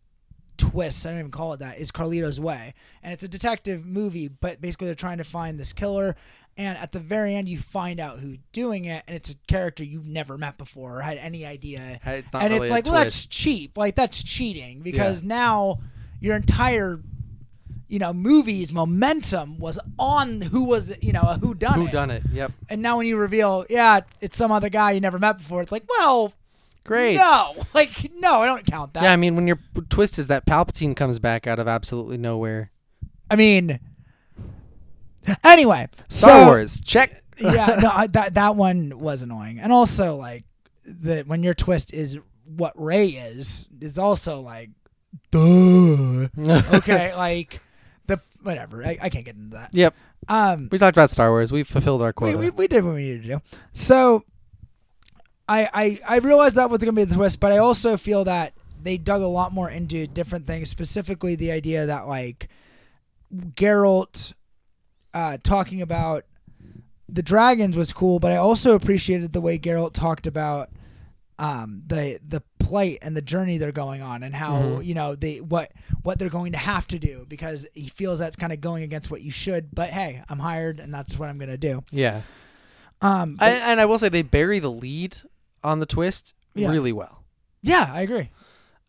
Speaker 1: twists, I don't even call it that, is Carlito's Way, and it's a detective movie, but basically they're trying to find this killer. And at the very end, you find out who's doing it, and it's a character you've never met before or had any idea.
Speaker 2: It's not
Speaker 1: and
Speaker 2: really
Speaker 1: it's
Speaker 2: a
Speaker 1: like, well, that's
Speaker 2: twist.
Speaker 1: cheap. Like that's cheating because now your entire you know movie's momentum was on who was you know a who done
Speaker 2: Who done it? Yep.
Speaker 1: and now when you reveal yeah it's some other guy you never met before it's like well
Speaker 2: Great.
Speaker 1: no like no i don't count that
Speaker 2: Yeah, I mean, when your p- twist is that Palpatine comes back out of absolutely nowhere.
Speaker 1: i mean anyway
Speaker 2: Star
Speaker 1: so,
Speaker 2: Wars, check.
Speaker 1: yeah no I, that that one was annoying and also like the when your twist is what ray is is also like duh okay like the whatever i, I can't get into that
Speaker 2: Yep.
Speaker 1: um
Speaker 2: We talked about Star Wars. We fulfilled our
Speaker 1: we,
Speaker 2: quota.
Speaker 1: we, we did what we needed to do. So I, I I realized that was gonna be the twist, but I also feel that they dug a lot more into different things, specifically the idea that like Geralt uh, talking about the dragons was cool, but I also appreciated the way Geralt talked about um, the the plight and the journey they're going on, and how you know they what what they're going to have to do because he feels that's kind of going against what you should. But hey, I'm hired, and that's what I'm gonna do.
Speaker 2: yeah.
Speaker 1: Um,
Speaker 2: I, and I will say they bury the lead on the twist
Speaker 1: Yeah.
Speaker 2: really well.
Speaker 1: yeah, I agree.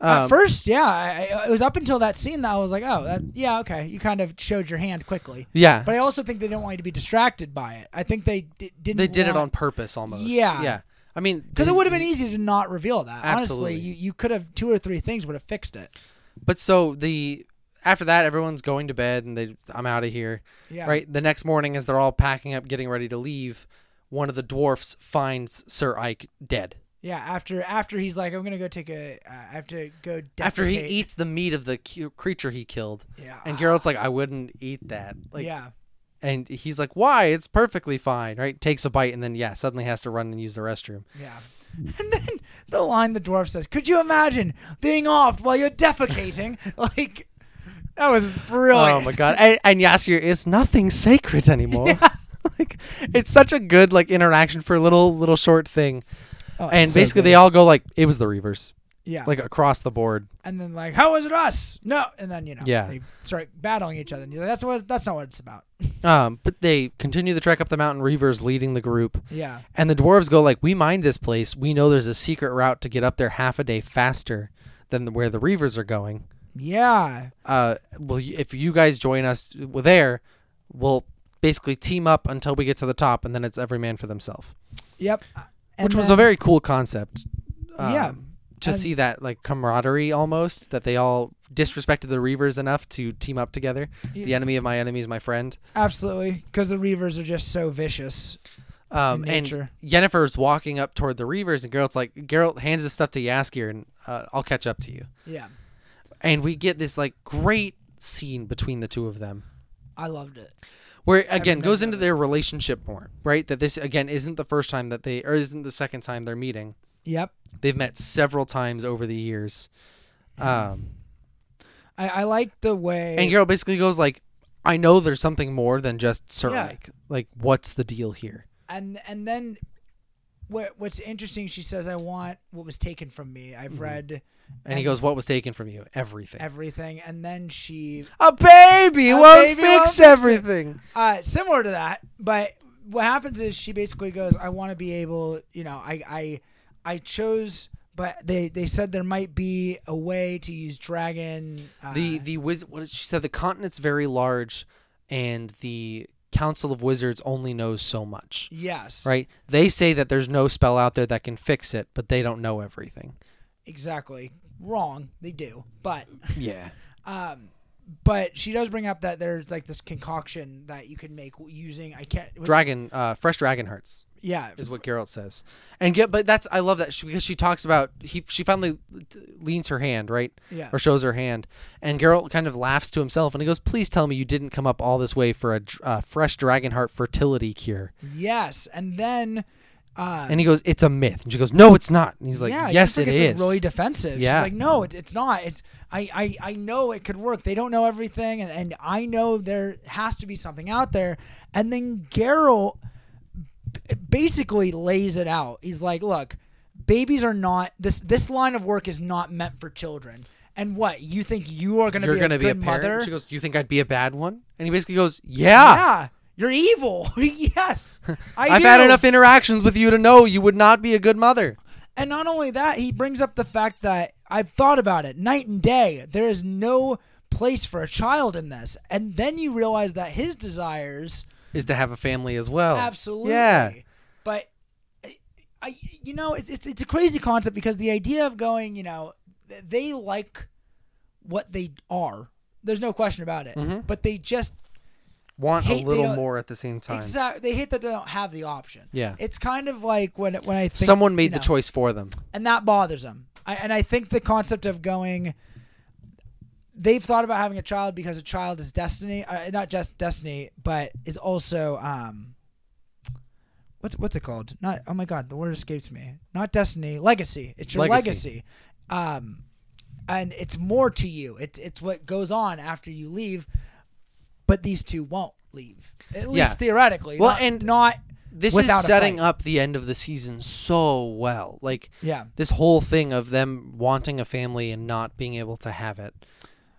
Speaker 1: At
Speaker 2: Um,
Speaker 1: first, yeah, I, I, it was up until that scene that I was like, oh, that, yeah, okay, you kind of showed your hand quickly.
Speaker 2: yeah.
Speaker 1: But I also think they didn't want you to be distracted by it. I think they d- didn't.
Speaker 2: They did it
Speaker 1: want-
Speaker 2: on purpose almost.
Speaker 1: Yeah.
Speaker 2: Yeah. I mean,
Speaker 1: Because it would have been easy to not reveal that.
Speaker 2: Absolutely.
Speaker 1: Honestly, you, you could have two or three things would have fixed it.
Speaker 2: But so the after that, everyone's going to bed, and they I'm out of here.
Speaker 1: Yeah.
Speaker 2: Right. The next morning, as they're all packing up, getting ready to leave, one of the dwarfs finds Sir Ike dead.
Speaker 1: Yeah. After after he's like, I'm gonna go take a. Uh, I have to go. Defecate.
Speaker 2: After he eats the meat of the cu- creature he killed,
Speaker 1: Yeah.
Speaker 2: and Geralt's like, "I wouldn't eat that." Like,
Speaker 1: Ah. yeah.
Speaker 2: and he's like, "Why? It's perfectly fine." Right? Takes a bite, and then yeah, suddenly has to run and use the restroom.
Speaker 1: Yeah. And then the line the dwarf says, "Could you imagine being offed while you're defecating?" like that was brilliant.
Speaker 2: Oh my god! And, and Yaskir is nothing sacred anymore. like, it's such a good like interaction for a little little short thing,
Speaker 1: Oh, it's
Speaker 2: and
Speaker 1: so
Speaker 2: basically
Speaker 1: good.
Speaker 2: they all go like, "It was the Reavers,"
Speaker 1: yeah.
Speaker 2: like across the board.
Speaker 1: and then like, "How was it us?" No. And then you know
Speaker 2: Yeah.
Speaker 1: they start battling each other. And you're like, that's what that's not what it's about.
Speaker 2: Um, but they continue the trek up the mountain. Reavers leading the group,
Speaker 1: yeah.
Speaker 2: and the dwarves go like, "We mind this place. We know there's a secret route to get up there half a day faster than where the Reavers are going."
Speaker 1: Yeah.
Speaker 2: uh, well, y- if you guys join us w- there, we'll basically team up until we get to the top, and then it's every man for themselves,
Speaker 1: Yep. Uh, and
Speaker 2: which was
Speaker 1: then-
Speaker 2: a very cool concept.
Speaker 1: Yeah,
Speaker 2: um, to
Speaker 1: and-
Speaker 2: see that like camaraderie almost that they all disrespected the Reavers enough to team up together. The
Speaker 1: Yeah.
Speaker 2: enemy of my enemy is my friend.
Speaker 1: absolutely because the Reavers are just so vicious.
Speaker 2: Um,
Speaker 1: In
Speaker 2: and
Speaker 1: nature.
Speaker 2: Yennefer's walking up toward the Reavers, and Geralt's like, Geralt hands his stuff to Yaskir, and uh, I'll catch up to you.
Speaker 1: Yeah.
Speaker 2: And we get this like great scene between the two of them.
Speaker 1: I loved it.
Speaker 2: where again
Speaker 1: remember
Speaker 2: goes
Speaker 1: that.
Speaker 2: into their relationship more right that this again isn't the first time that they or isn't the second time they're meeting
Speaker 1: Yep.
Speaker 2: they've met several times over the years um
Speaker 1: I, I like the way.
Speaker 2: and Geralt basically goes like i know there's something more than just sir
Speaker 1: Yeah.
Speaker 2: Ike. like what's the deal here
Speaker 1: and and then what what's interesting she says i want what was taken from me i've read
Speaker 2: Mm-hmm. and he
Speaker 1: And-
Speaker 2: goes what was taken from you everything
Speaker 1: everything and then she
Speaker 2: a baby
Speaker 1: A
Speaker 2: won't
Speaker 1: baby
Speaker 2: fix
Speaker 1: won't fix it.
Speaker 2: everything
Speaker 1: uh similar to that but what happens is she basically goes i want to be able you know i i i chose but they they said there might be a way to use dragon uh,
Speaker 2: the the wiz- what did she said the continent's very large and the council of wizards only knows so much
Speaker 1: yes
Speaker 2: right? They say that there's no spell out there that can fix it, but they don't know everything.
Speaker 1: exactly wrong they do but
Speaker 2: Yeah.
Speaker 1: um but she does bring up that there's like this concoction that you can make using i can't
Speaker 2: Dragon, uh, fresh dragon hearts
Speaker 1: yeah
Speaker 2: is what Geralt says, and get, but that's I love that she, because she talks about he she finally leans her hand right
Speaker 1: yeah
Speaker 2: or shows her hand, and Geralt kind of laughs to himself and he goes, "Please tell me you didn't come up all this way for a dr- uh, fresh dragon heart fertility cure."
Speaker 1: Yes, and then uh,
Speaker 2: And he goes, "It's a myth," and she goes, "No, it's not." And he's like,
Speaker 1: yeah,
Speaker 2: "Yes,
Speaker 1: Yennefer
Speaker 2: it
Speaker 1: gets, like,
Speaker 2: is."
Speaker 1: really defensive.
Speaker 2: Yeah.
Speaker 1: She's like, no, it, it's not. It's I, I I know it could work. They don't know everything, and, and I know there has to be something out there. And then Geralt basically lays it out. He's like, look, babies are not this this line of work is not meant for children. And what you think you are going to
Speaker 2: You're
Speaker 1: be a
Speaker 2: gonna be a
Speaker 1: good
Speaker 2: parent.
Speaker 1: mother?
Speaker 2: She goes, "Do you think I'd be a bad one?" And he basically goes, "Yeah."
Speaker 1: yeah, you're evil. yes, I
Speaker 2: I've
Speaker 1: do.
Speaker 2: had enough interactions with you to know you would not be a good mother.
Speaker 1: And not only that, he brings up the fact that I've thought about it night and day. There is no place for a child in this. And then you realize that his desires
Speaker 2: Is to have a family as well.
Speaker 1: absolutely.
Speaker 2: Oh. Yeah.
Speaker 1: But I- I, you know, it's, it's it's a crazy concept because the idea of going, you know, th- they like what they are. There's no question about it.
Speaker 2: Mhm.
Speaker 1: But they just
Speaker 2: Want
Speaker 1: Hate-
Speaker 2: a
Speaker 1: they
Speaker 2: little
Speaker 1: don't-
Speaker 2: more at the same time.
Speaker 1: exactly they hate that they don't have the option.
Speaker 2: Yeah.
Speaker 1: It's kind of like when when I think
Speaker 2: Someone made
Speaker 1: you
Speaker 2: the
Speaker 1: know,
Speaker 2: choice for them.
Speaker 1: and that bothers them. I, and I think the concept of going, they've thought about having a child because a child is destiny, uh, not just destiny, but is also um, what's what's it called? Not oh my god, the word escapes me. Not destiny, legacy. It's your
Speaker 2: Legacy.
Speaker 1: legacy, um, and it's more to you. It's it's what goes on after you leave, but these two won't leave. At least
Speaker 2: Yeah.
Speaker 1: theoretically.
Speaker 2: Well,
Speaker 1: not-
Speaker 2: and
Speaker 1: not
Speaker 2: This
Speaker 1: without
Speaker 2: is
Speaker 1: a
Speaker 2: setting
Speaker 1: fight.
Speaker 2: up the end of the season so well. Like
Speaker 1: yeah.
Speaker 2: this whole thing of them wanting a family and not being able to have it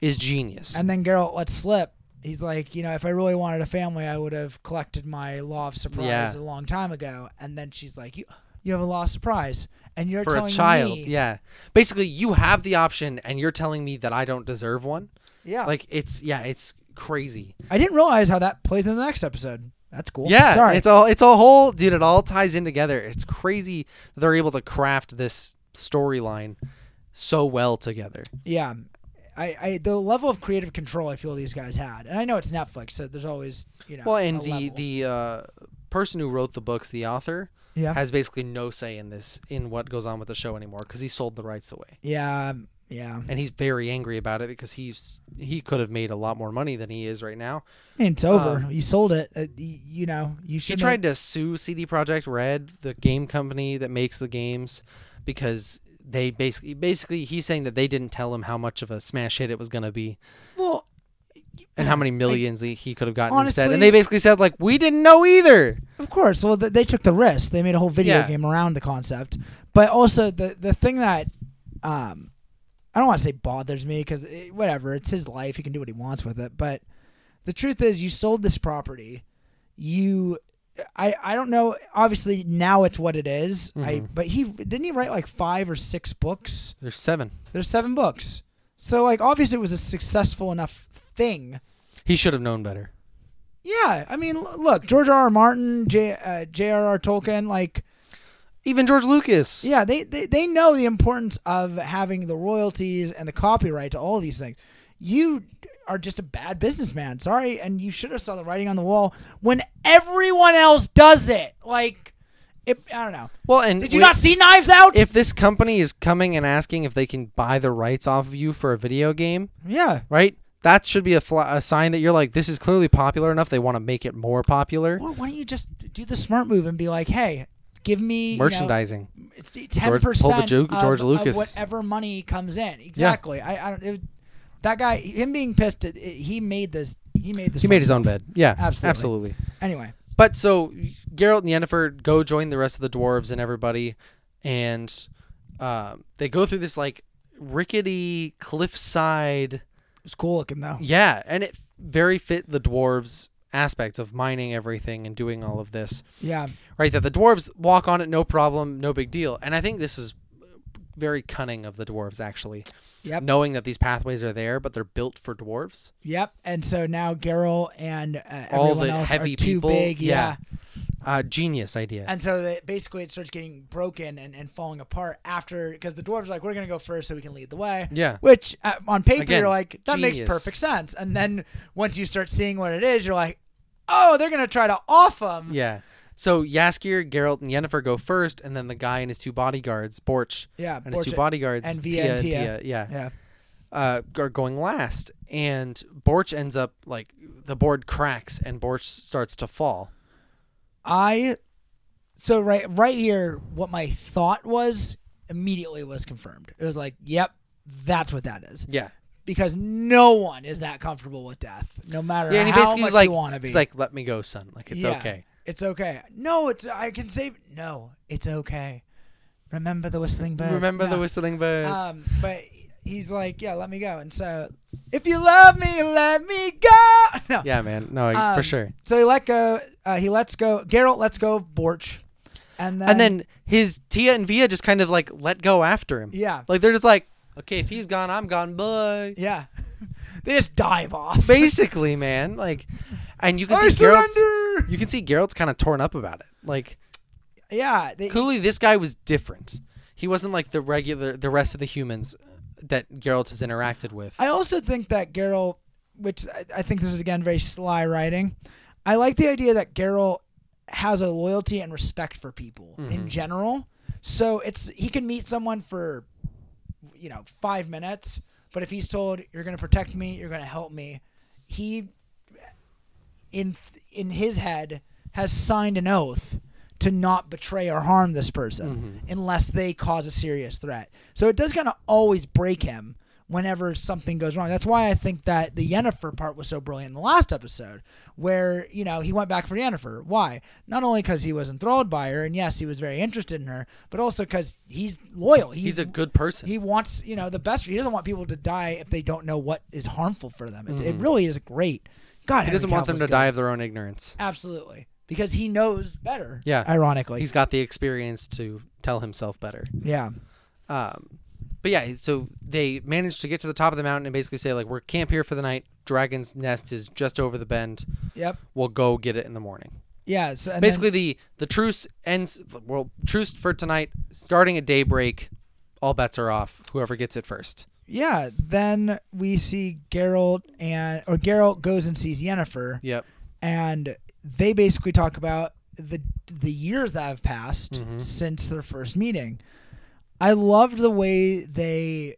Speaker 2: is genius.
Speaker 1: And then Geralt lets slip. He's like, you know, if I really wanted a family, I would have collected my law of surprise
Speaker 2: Yeah.
Speaker 1: a long time ago. And then she's like, you, you have a law of surprise, and you're
Speaker 2: for a
Speaker 1: telling
Speaker 2: child,
Speaker 1: me,
Speaker 2: yeah. Basically, you have the option, and you're telling me that I don't deserve one.
Speaker 1: yeah. Like
Speaker 2: Like it's yeah, it's crazy.
Speaker 1: I didn't realize how that plays in the next episode. That's cool.
Speaker 2: Yeah,
Speaker 1: sorry.
Speaker 2: it's all it's a whole dude. It all ties in together. It's crazy that they're able to craft this storyline so well together.
Speaker 1: yeah. I, I the level of creative control I feel these guys had, and I know it's Netflix, so there's always you know.
Speaker 2: Well,
Speaker 1: a
Speaker 2: and the
Speaker 1: level.
Speaker 2: the uh, person who wrote the books, the author,
Speaker 1: yeah
Speaker 2: has basically no say in this in what goes on with the show anymore because he sold the rights away,
Speaker 1: yeah um, yeah.
Speaker 2: and he's very angry about it because he's he could have made a lot more money than he is right now.
Speaker 1: I mean, it's over.
Speaker 2: Um,
Speaker 1: you sold it. Uh, you, you know you
Speaker 2: She
Speaker 1: should.
Speaker 2: tried to sue CD Projekt Red, the game company that makes the games, because they basically basically he's saying that they didn't tell him how much of a smash hit it was going to be
Speaker 1: well,
Speaker 2: and how many millions that he could have gotten instead.
Speaker 1: honestly-
Speaker 2: And they basically said like we didn't know either.
Speaker 1: Of course. Well, th- they took the risk. They made a whole video
Speaker 2: Yeah.
Speaker 1: game around the concept. But also the the thing that um I don't want to say bothers me cuz it, whatever, it's his life. He can do what he wants with it, but the truth is you sold this property. You I I don't know. Obviously now it's what it is. I but he didn't he write like 5 or 6 books?
Speaker 2: There's seven.
Speaker 1: There's 7 books. So like obviously it was a successful enough thing
Speaker 2: He should have known better.
Speaker 1: yeah, I mean, l- look, George R. R. Martin, J. Uh, J.R.R. Tolkien, like
Speaker 2: Even George Lucas.
Speaker 1: Yeah, they, they they know the importance of having the royalties and the copyright to all these things. You are just a bad businessman, sorry, and you should have saw the writing on the wall when everyone else does it. Like, it, I don't know.
Speaker 2: Well, and
Speaker 1: Did you
Speaker 2: we-
Speaker 1: not see Knives Out?
Speaker 2: if this company is coming and asking if they can buy the rights off of you for a video game,
Speaker 1: yeah.
Speaker 2: right? That should be a, fl- a sign that you're like, this is clearly popular enough. They want to make it more popular.
Speaker 1: Or why don't you just do the smart move and be like, hey, give me you know,
Speaker 2: Merchandising.
Speaker 1: it's ten percent
Speaker 2: George- pull the
Speaker 1: of,
Speaker 2: Ju- George
Speaker 1: of
Speaker 2: Lucas.
Speaker 1: whatever money comes in. Exactly. I, I don't. It, that guy, him being pissed, at, he made this. He made this.
Speaker 2: He made his own bed. Yeah,
Speaker 1: Absolutely.
Speaker 2: absolutely.
Speaker 1: Anyway,
Speaker 2: But so Geralt and Yennefer go join the rest of the dwarves and everybody, and um, they go through this like rickety cliffside.
Speaker 1: It's cool looking though.
Speaker 2: Yeah, and it very fit the dwarves aspects of mining everything and doing all of this.
Speaker 1: Yeah.
Speaker 2: right that the dwarves walk on it no problem no big deal and i think this is very cunning of the dwarves actually
Speaker 1: Yep.
Speaker 2: knowing that these pathways are there but they're built for dwarves
Speaker 1: Yep. And so now Geralt and uh,
Speaker 2: All
Speaker 1: everyone
Speaker 2: the
Speaker 1: else
Speaker 2: heavy
Speaker 1: are too
Speaker 2: people,
Speaker 1: big.
Speaker 2: yeah.
Speaker 1: Yeah.
Speaker 2: uh, genius idea
Speaker 1: And so they, basically it starts getting broken and, and falling apart after because the dwarves are like we're gonna go first so we can lead the way.
Speaker 2: yeah
Speaker 1: Which uh, on paper
Speaker 2: Again,
Speaker 1: you're like that makes
Speaker 2: genius.
Speaker 1: perfect sense. And then once you start seeing what it is, you're like, oh, they're gonna try to off them.
Speaker 2: yeah so Yaskir, Geralt, and Yennefer go first, and then the guy and his two bodyguards, Borch,
Speaker 1: Yeah.
Speaker 2: and his two
Speaker 1: Borch-
Speaker 2: bodyguards,
Speaker 1: and Via
Speaker 2: Tia,
Speaker 1: and Tia.
Speaker 2: Tia, yeah,
Speaker 1: yeah.
Speaker 2: uh, are going last. And Borch ends up like the board cracks, and Borch starts to fall.
Speaker 1: I so right right here what my thought was immediately was confirmed. It was like, yep, that's what that is.
Speaker 2: Yeah,
Speaker 1: Because no one is that comfortable with death, no matter
Speaker 2: yeah. And he
Speaker 1: how
Speaker 2: basically
Speaker 1: much
Speaker 2: is like,
Speaker 1: you want to be.
Speaker 2: he's like, "Let me go, son. Like it's
Speaker 1: Yeah.
Speaker 2: okay."
Speaker 1: It's okay. No, it's I can save. No, it's okay. Remember the whistling birds.
Speaker 2: Remember the
Speaker 1: No.
Speaker 2: whistling birds.
Speaker 1: Um, but he's like, yeah, let me go. And so, if you love me, let me go. No.
Speaker 2: yeah, man. No, I- for
Speaker 1: Um,
Speaker 2: sure.
Speaker 1: So he let go. Uh, he lets go. Geralt lets go of Borch, and then
Speaker 2: And then his Tia and Via just kind of like let go after him.
Speaker 1: yeah,
Speaker 2: Like they're just like, okay, if he's gone, I'm gone. Bye.
Speaker 1: yeah, they just dive off.
Speaker 2: Basically, man. Like, and you can
Speaker 1: I
Speaker 2: see Geralt's.
Speaker 1: surrender.
Speaker 2: You can see Geralt's kind of torn up about it. Like
Speaker 1: yeah, they,
Speaker 2: clearly, this guy was different. He wasn't like the regular, the rest of the humans that Geralt has interacted with.
Speaker 1: I also think that Geralt, which I, I think this is again very sly writing. I like the idea that Geralt has a loyalty and respect for people in general. So it's he can meet someone for, you know, five minutes, but if he's told you're going to protect me, you're going to help me, he, in in his head, has signed an oath to not betray or harm this person
Speaker 2: Mm-hmm.
Speaker 1: unless they cause a serious threat. So it does kind of always break him whenever something goes wrong. That's why I think that the Yennefer part was so brilliant in the last episode, where you know he went back for Yennefer. Why? Not only because he was enthralled by her, and yes, he was very interested in her, but also because he's loyal.
Speaker 2: he's a good person.
Speaker 1: He wants, you know, the best. He doesn't want people to die if they don't know what is harmful for them. It, it really is great. God,
Speaker 2: Mm-hmm. he doesn't want them to die of their own ignorance.
Speaker 1: Absolutely, because he knows better.
Speaker 2: Yeah.
Speaker 1: ironically,
Speaker 2: He's got the experience to tell himself better.
Speaker 1: yeah,
Speaker 2: Um, but yeah, so they manage to get to the top of the mountain and basically say like, "We're camp here for the night. Dragon's Nest is just over the bend.
Speaker 1: yep,
Speaker 2: We'll go get it in the morning."
Speaker 1: yeah. So and then-
Speaker 2: basically, the the truce ends. Well, truce for tonight, starting at daybreak. All bets are off. Whoever gets it first.
Speaker 1: yeah, then we see Geralt and or Geralt goes and sees Yennefer,
Speaker 2: Yep.
Speaker 1: and they basically talk about the the years that have passed
Speaker 2: Mm-hmm.
Speaker 1: since their first meeting. I loved the way they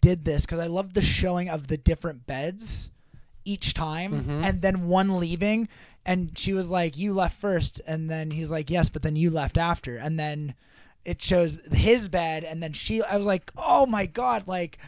Speaker 1: did this because I loved the showing of the different beds each time,
Speaker 2: Mm-hmm.
Speaker 1: and then one leaving, and she was like, "You left first. and then he's like, "Yes, but then you left after," and then it shows his bed, and then she. I was like, "Oh my god!" Like.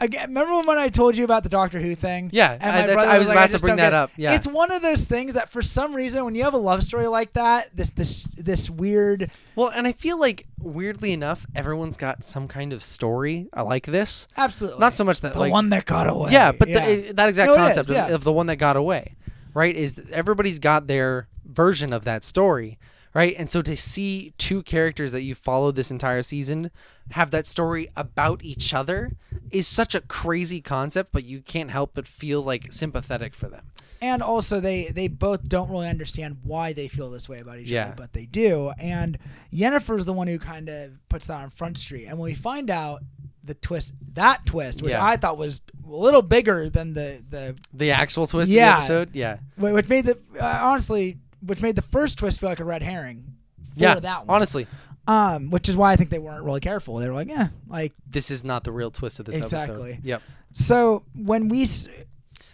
Speaker 1: Again, remember when I told you about the Doctor Who thing?
Speaker 2: Yeah,
Speaker 1: and
Speaker 2: I-
Speaker 1: my
Speaker 2: that's-
Speaker 1: brother
Speaker 2: I was
Speaker 1: like,
Speaker 2: about to
Speaker 1: just
Speaker 2: bring
Speaker 1: don't
Speaker 2: that
Speaker 1: get it."
Speaker 2: up, yeah.
Speaker 1: it's one of those things that for some reason when you have a love story like that this this this weird
Speaker 2: Well, and I feel like weirdly enough, everyone's got some kind of story I like this.
Speaker 1: absolutely
Speaker 2: Not so much that
Speaker 1: the
Speaker 2: like
Speaker 1: one that got away
Speaker 2: Yeah, but The, that exact
Speaker 1: No, it
Speaker 2: concept
Speaker 1: is, yeah.
Speaker 2: of, of the one that got away, right? Is that everybody's got their version of that story, right? And so to see two characters that you followed this entire season have that story about each other is such a crazy concept, but you can't help but feel like sympathetic for them.
Speaker 1: and also they they both don't really understand why they feel this way about each
Speaker 2: Yeah.
Speaker 1: other but they do and Yennefer's the one who kind of puts that on front street and when we find out the twist that twist which
Speaker 2: Yeah.
Speaker 1: I thought was a little bigger than the the
Speaker 2: The actual twist
Speaker 1: Yeah.
Speaker 2: of the episode, yeah,
Speaker 1: wh- which made the uh, honestly which made the first twist feel like a red herring for
Speaker 2: yeah.
Speaker 1: that one
Speaker 2: Honestly,
Speaker 1: um which is why I think they weren't really careful they were like yeah like
Speaker 2: this is not the real twist of this
Speaker 1: Exactly.
Speaker 2: episode. Yep.
Speaker 1: So when we, s-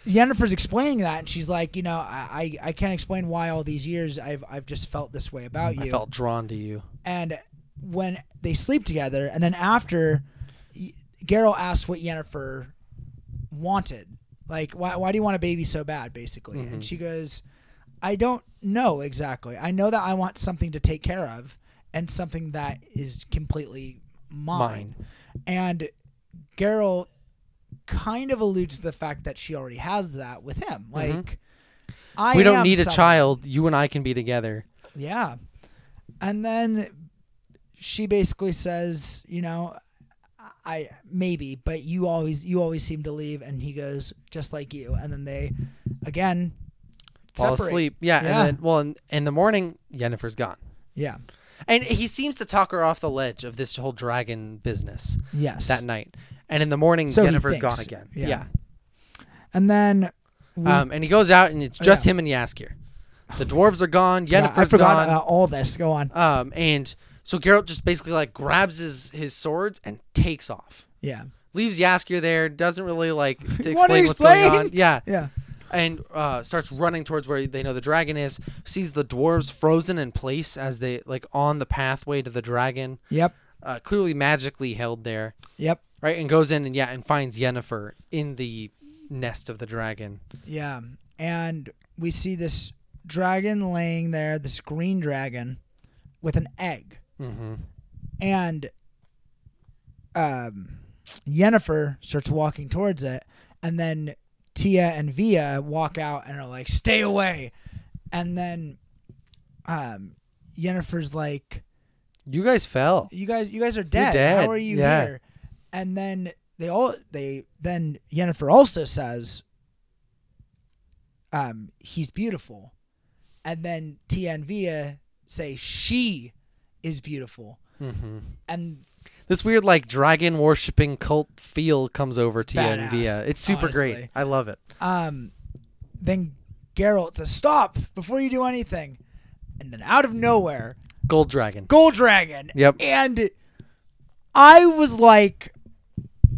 Speaker 1: Yennefer's explaining that, and she's like, you know, I, I, I can't explain why all these years I've I've just felt this way about you.
Speaker 2: I felt drawn to you.
Speaker 1: And when they sleep together, and then after, y- Geralt asks what Yennefer wanted, like why why do you want a baby so bad, basically,
Speaker 2: Mm-hmm.
Speaker 1: and she goes, I don't know exactly. I know that I want something to take care of and something that is completely mine. And Geralt kind of alludes to the fact that she already has that with him. Like, I
Speaker 2: Mm-hmm. we don't
Speaker 1: am
Speaker 2: need a
Speaker 1: someone-
Speaker 2: child. You and I can be together.
Speaker 1: Yeah. And then she basically says, you know, I maybe, but you always you always seem to leave and he goes just like you and then they again
Speaker 2: fall
Speaker 1: separate.
Speaker 2: asleep. Yeah,
Speaker 1: Yeah.
Speaker 2: and then well, in, in the morning, Yennefer's gone,
Speaker 1: Yeah.
Speaker 2: and he seems to talk her off the ledge of this whole dragon business
Speaker 1: Yes.
Speaker 2: that night. And in the morning,
Speaker 1: So he
Speaker 2: Yennefer's gone
Speaker 1: thinks.
Speaker 2: again.
Speaker 1: Yeah.
Speaker 2: Yeah,
Speaker 1: and then we,
Speaker 2: Um, and he goes out, and it's
Speaker 1: Oh,
Speaker 2: just
Speaker 1: yeah.
Speaker 2: him and Yaskir. The dwarves are gone.
Speaker 1: yeah, I
Speaker 2: Yennefer's
Speaker 1: forgot
Speaker 2: gone.
Speaker 1: about all this. Go on.
Speaker 2: um, and so Geralt just basically like grabs his his swords and takes off.
Speaker 1: Yeah.
Speaker 2: Leaves Yaskir there. Doesn't really like to
Speaker 1: What do
Speaker 2: explain
Speaker 1: you
Speaker 2: what's going
Speaker 1: explain?
Speaker 2: on. Yeah.
Speaker 1: Yeah.
Speaker 2: and uh, starts running towards where they know the dragon is. Sees the dwarves frozen in place as they like on the pathway to the dragon,
Speaker 1: Yep.
Speaker 2: uh, clearly magically held there,
Speaker 1: Yep.
Speaker 2: right? And goes in and yeah, and finds Yennefer in the nest of the dragon.
Speaker 1: Yeah. And we see this dragon laying there, this green dragon, with an egg,
Speaker 2: Mm-hmm.
Speaker 1: and um, Yennefer starts walking towards it, and then Tia and Via walk out and are like, "Stay away," and then um, Yennefer's like,
Speaker 2: You guys fell.
Speaker 1: you guys you guys are dead.
Speaker 2: dead.
Speaker 1: How are you
Speaker 2: Yeah.
Speaker 1: here? And then they all they then Yennefer also says um he's beautiful. And then Tia and Via say she is beautiful.
Speaker 2: Mm-hmm.
Speaker 1: And
Speaker 2: This weird like dragon worshipping cult feel comes over to you and
Speaker 1: badass,
Speaker 2: Via. It's super great.
Speaker 1: honestly.
Speaker 2: I love it.
Speaker 1: um then Geralt says, Stop before you do anything. And then out of nowhere,
Speaker 2: Gold dragon.
Speaker 1: Gold Dragon.
Speaker 2: Yep.
Speaker 1: And I was like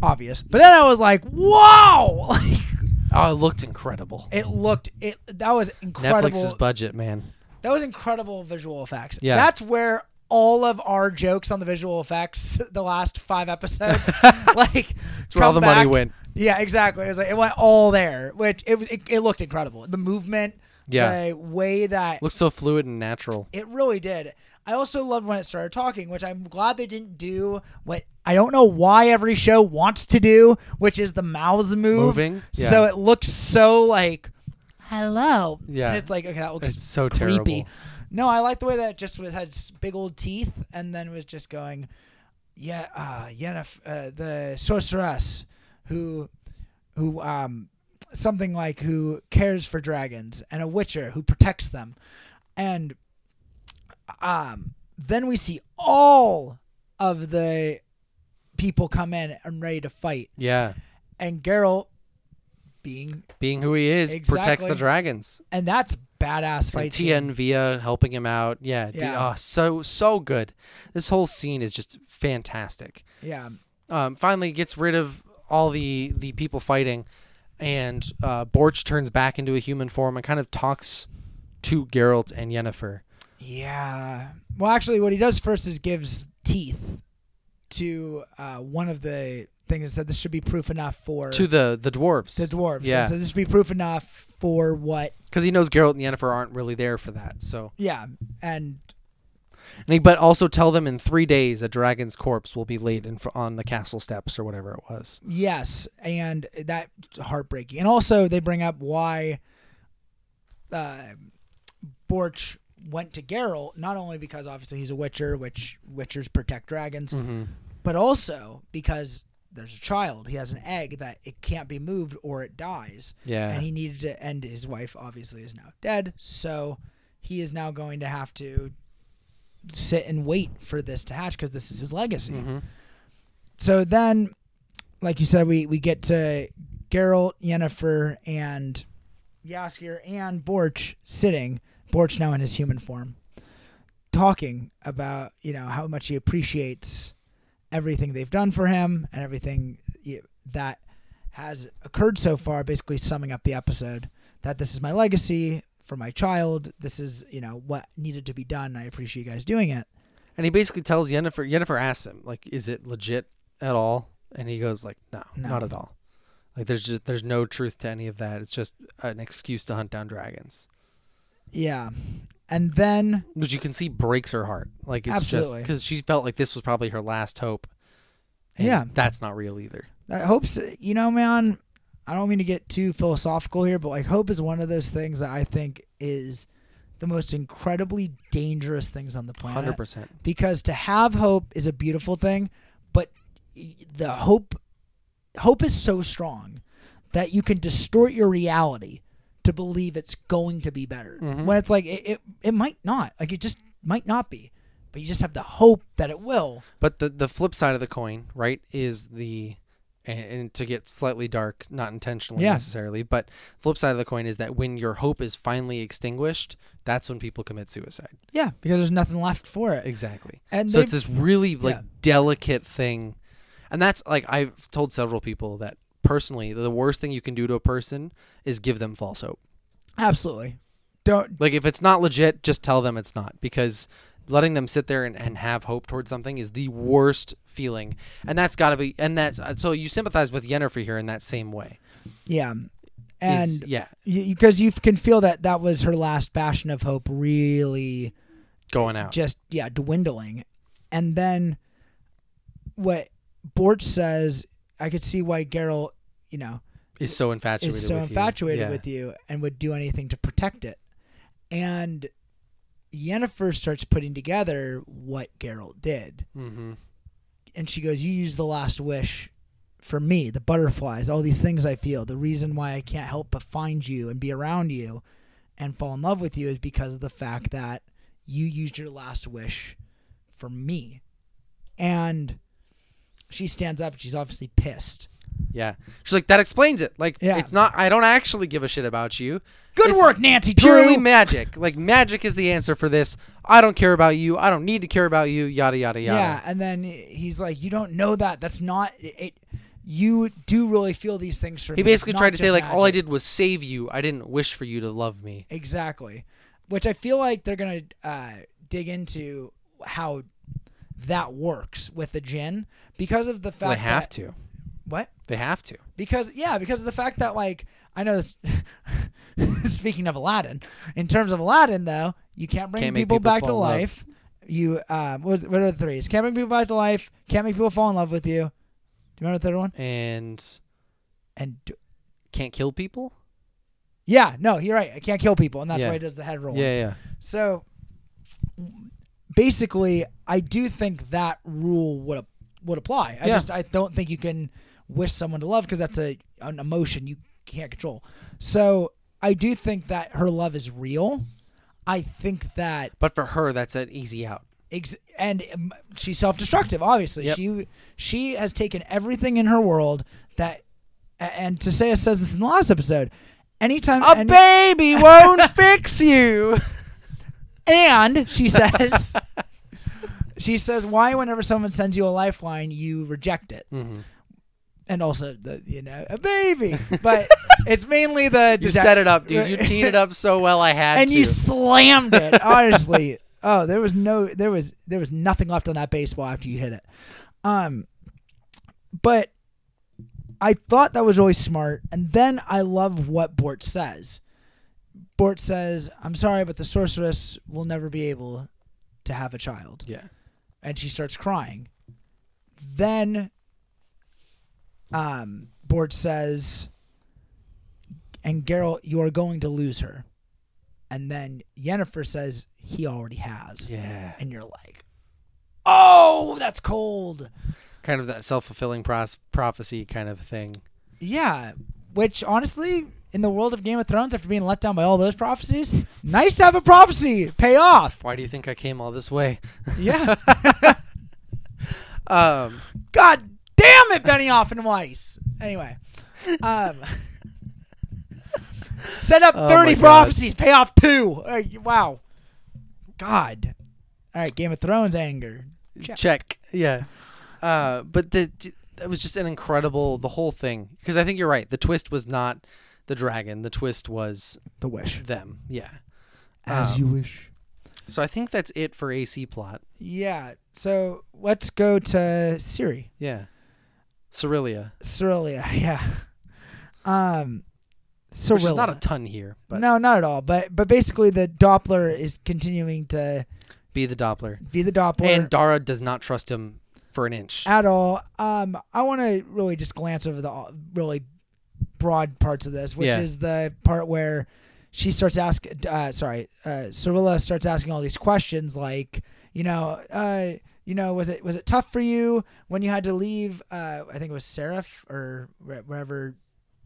Speaker 1: obvious. But then I was like, Wow! Like
Speaker 2: Oh, it looked incredible.
Speaker 1: It looked it that was
Speaker 2: Netflix's
Speaker 1: incredible.
Speaker 2: budget, man.
Speaker 1: that was incredible visual effects.
Speaker 2: Yeah.
Speaker 1: That's where all of our jokes on the visual effects the last five episodes like
Speaker 2: It's where all
Speaker 1: come
Speaker 2: the money
Speaker 1: back.
Speaker 2: went.
Speaker 1: Yeah, exactly. It was like it went all there, which it was it, it looked incredible. The movement,
Speaker 2: Yeah.
Speaker 1: the way that
Speaker 2: Looks so fluid and natural.
Speaker 1: it really did. I also loved when it started talking, which I'm glad they didn't do what I don't know why every show wants to do, which is the mouths move.
Speaker 2: Moving, yeah.
Speaker 1: So it looks so like hello.
Speaker 2: Yeah.
Speaker 1: And it's like okay, that looks
Speaker 2: It's so
Speaker 1: creepy.
Speaker 2: terrible.
Speaker 1: No, I like the way that it just was had s- big old teeth and then was just going yeah, uh, Yennefer, uh, the sorceress who who um something like who cares for dragons and a witcher who protects them. And um then we see all of the people come in and ready to fight
Speaker 2: Yeah.
Speaker 1: and Geralt being
Speaker 2: Being who he is protects the
Speaker 1: Exactly.
Speaker 2: dragons.
Speaker 1: and that's badass
Speaker 2: And
Speaker 1: fight
Speaker 2: Tia
Speaker 1: scene.
Speaker 2: and Via helping him out. Yeah. dude,
Speaker 1: Yeah.
Speaker 2: oh, so so good. This whole scene is just fantastic.
Speaker 1: Yeah.
Speaker 2: um, finally gets rid of all the the people fighting, and uh, Borch turns back into a human form and kind of talks to Geralt and Yennefer.
Speaker 1: Yeah. Well, actually, what he does first is gives teeth to uh, one of the things that said this should be proof enough for
Speaker 2: To the the dwarves,
Speaker 1: the dwarves. And
Speaker 2: Yeah.
Speaker 1: So this should be proof enough for what?
Speaker 2: because he knows Geralt and Yennefer aren't really there for that. So,
Speaker 1: Yeah. And
Speaker 2: and he, but also tell them in three days a dragon's corpse will be laid in fr- on the castle steps or whatever it was.
Speaker 1: yes, and that heartbreaking. And also, they bring up why uh, Borch went to Geralt, not only because obviously he's a Witcher, which Witchers protect dragons,
Speaker 2: Mm-hmm.
Speaker 1: but also because there's a child. He has an egg that it can't be moved or it dies.
Speaker 2: Yeah.
Speaker 1: And he needed to end his wife, obviously, is now dead. So he is now going to have to sit and wait for this to hatch because this is his legacy.
Speaker 2: Mhm.
Speaker 1: So then, like you said, we, we get to Geralt, Yennefer, and Yaskir and Borch sitting, Borch now in his human form, talking about, you know, how much he appreciates everything they've done for him and everything y- that has occurred so far, basically summing up the episode that this is my legacy for my child. This is, you know, what needed to be done. I appreciate you guys doing it.
Speaker 2: And he basically tells Yennefer. Yennefer asks him, like, "Is it legit at all?" And he goes, "Like, no,
Speaker 1: No.
Speaker 2: not at all. Like, there's just there's no truth to any of that. It's just an excuse to hunt down dragons."
Speaker 1: Yeah. And then
Speaker 2: Which you can see breaks her heart. Like, it's
Speaker 1: Absolutely.
Speaker 2: just because she felt like this was probably her last hope. And
Speaker 1: Yeah.
Speaker 2: that's not real either.
Speaker 1: I hope's you know, man, I don't mean to get too philosophical here, but like hope is one of those things that I think is the most incredibly dangerous things on the planet.
Speaker 2: Hundred percent.
Speaker 1: Because to have hope is a beautiful thing, but y- the hope hope is so strong that you can distort your reality to believe it's going to be better.
Speaker 2: Mhm.
Speaker 1: When it's like it, it it might not. Like it just might not be. But you just have the hope that it will.
Speaker 2: But the the flip side of the coin, right, is the and, and to get slightly dark, not intentionally
Speaker 1: Yeah.
Speaker 2: necessarily, but flip side of the coin is that when your hope is finally extinguished, that's when people commit suicide.
Speaker 1: Yeah, because there's nothing left for it.
Speaker 2: Exactly.
Speaker 1: And
Speaker 2: so
Speaker 1: they-
Speaker 2: it's this really like
Speaker 1: yeah.
Speaker 2: delicate thing, and that's like I've told several people that personally the worst thing you can do to a person is give them false hope.
Speaker 1: Absolutely. Don't
Speaker 2: Like if it's not legit, just tell them it's not because letting them sit there and, and have hope towards something is the worst feeling. uh, And that's got to be and that's so you sympathize with Yennefer here in that same way.
Speaker 1: Yeah. and
Speaker 2: is, yeah,
Speaker 1: because you can feel that that was her last bastion of hope really
Speaker 2: going out.
Speaker 1: just yeah dwindling and then what Borch says I could see why Geralt you know
Speaker 2: is so infatuated.
Speaker 1: is so
Speaker 2: with
Speaker 1: infatuated
Speaker 2: you. Yeah.
Speaker 1: with you and would do anything to protect it and Yennefer starts putting together what Geralt did
Speaker 2: Mm-hmm.
Speaker 1: and she goes you use the last wish for me the butterflies all these things I feel the reason why I can't help but find you and be around you and fall in love with you is because of the fact that you used your last wish for me. And she stands up and she's obviously pissed.
Speaker 2: Yeah. She's like, that explains it. Like,
Speaker 1: Yeah.
Speaker 2: it's not, I don't actually give a shit about you.
Speaker 1: Good
Speaker 2: It's
Speaker 1: work, Nancy.
Speaker 2: Purely
Speaker 1: Drew!
Speaker 2: magic. Like, magic is the answer for this. I don't care about you. I don't need to care about you. Yada, yada, yada.
Speaker 1: Yeah, and then he's like, "You don't know that. That's not it. You do really feel these things for
Speaker 2: He
Speaker 1: me. It's
Speaker 2: basically
Speaker 1: not
Speaker 2: tried to say,
Speaker 1: just
Speaker 2: like, all I
Speaker 1: magic."
Speaker 2: did was save you. I didn't wish for you to love me.
Speaker 1: exactly." Which I feel like they're gonna uh, dig into how that works with the djinn because of the fact
Speaker 2: Well, they have
Speaker 1: that,
Speaker 2: to.
Speaker 1: what
Speaker 2: They have to.
Speaker 1: because yeah because of the fact that like i know this speaking of aladdin in terms of aladdin though you can't bring
Speaker 2: Can't make
Speaker 1: people,
Speaker 2: people
Speaker 1: back to
Speaker 2: fall in love.
Speaker 1: life you um what, was, what are the threes can't bring people back to life can't make people fall in love with you do you remember the third one
Speaker 2: And
Speaker 1: and d-
Speaker 2: can't kill people?
Speaker 1: yeah no you're right i can't kill people and that's
Speaker 2: Yeah.
Speaker 1: why he does the head roll
Speaker 2: Yeah, yeah.
Speaker 1: so basically i do think that rule would ap- would apply i
Speaker 2: Yeah.
Speaker 1: just i don't think you can wish someone to love because that's a an emotion you can't control so i do think that her love is real i think that
Speaker 2: But for her, that's an easy out.
Speaker 1: ex- and um, she's self-destructive obviously
Speaker 2: Yep.
Speaker 1: she she has taken everything in her world that a- and Tisea says this in the last episode anytime
Speaker 2: A
Speaker 1: any-
Speaker 2: baby won't fix you.
Speaker 1: And she says, she says, why whenever someone sends you a lifeline, you reject it.
Speaker 2: Mm-hmm.
Speaker 1: And also, the, you know, a baby. But it's mainly the.
Speaker 2: You set it up, dude. You teed it up so well. I had
Speaker 1: and
Speaker 2: to.
Speaker 1: you slammed it. Honestly, oh, there was no, there was, there was nothing left on that baseball after you hit it. Um, but I thought that was really smart. And then I love what Bort says. Bort says, "I'm sorry, but the sorceress will never be able to have a child,"
Speaker 2: yeah.
Speaker 1: and she starts crying. Then, um, Bort says, "And Geralt, you are going to lose her." And then Yennefer says, "He already has,"
Speaker 2: Yeah.
Speaker 1: and you're like, "Oh, that's cold."
Speaker 2: kind of that self-fulfilling pros- prophecy kind of thing.
Speaker 1: Yeah, which honestly, in the world of Game of Thrones, after being let down by all those prophecies, nice to have a prophecy pay off.
Speaker 2: Why do you think I came all this way?
Speaker 1: Yeah.
Speaker 2: Um,
Speaker 1: God damn it, Benioff and Weiss. Anyway, um, set up
Speaker 2: Oh my
Speaker 1: 30
Speaker 2: God.
Speaker 1: prophecies, pay off two. Uh, wow. God. All right, Game of Thrones anger. Check.
Speaker 2: check. Yeah. Uh, but the it was just an incredible the whole thing because I think you're right. The twist was not the dragon. The twist was
Speaker 1: The wish.
Speaker 2: them. Yeah.
Speaker 1: As
Speaker 2: Um,
Speaker 1: you wish.
Speaker 2: So I think that's it for AC plot.
Speaker 1: Yeah. So let's go to Siri.
Speaker 2: Yeah. Cerealia,
Speaker 1: Cerealia. Yeah. Um,
Speaker 2: which is not
Speaker 1: Cirilla.
Speaker 2: a ton here, but
Speaker 1: no, not at all. But but basically, the Doppler is continuing to
Speaker 2: be the Doppler.
Speaker 1: be the Doppler.
Speaker 2: and Dara does not trust him for an inch.
Speaker 1: at all. Um, I want to really just glance over the uh, really broad parts of this, which
Speaker 2: Yeah.
Speaker 1: is the part where she starts asking. Uh, sorry, uh, Cirilla starts asking all these questions, like you know, uh, you know, was it was it tough for you when you had to leave? Uh, I think it was Seraph or wh- wherever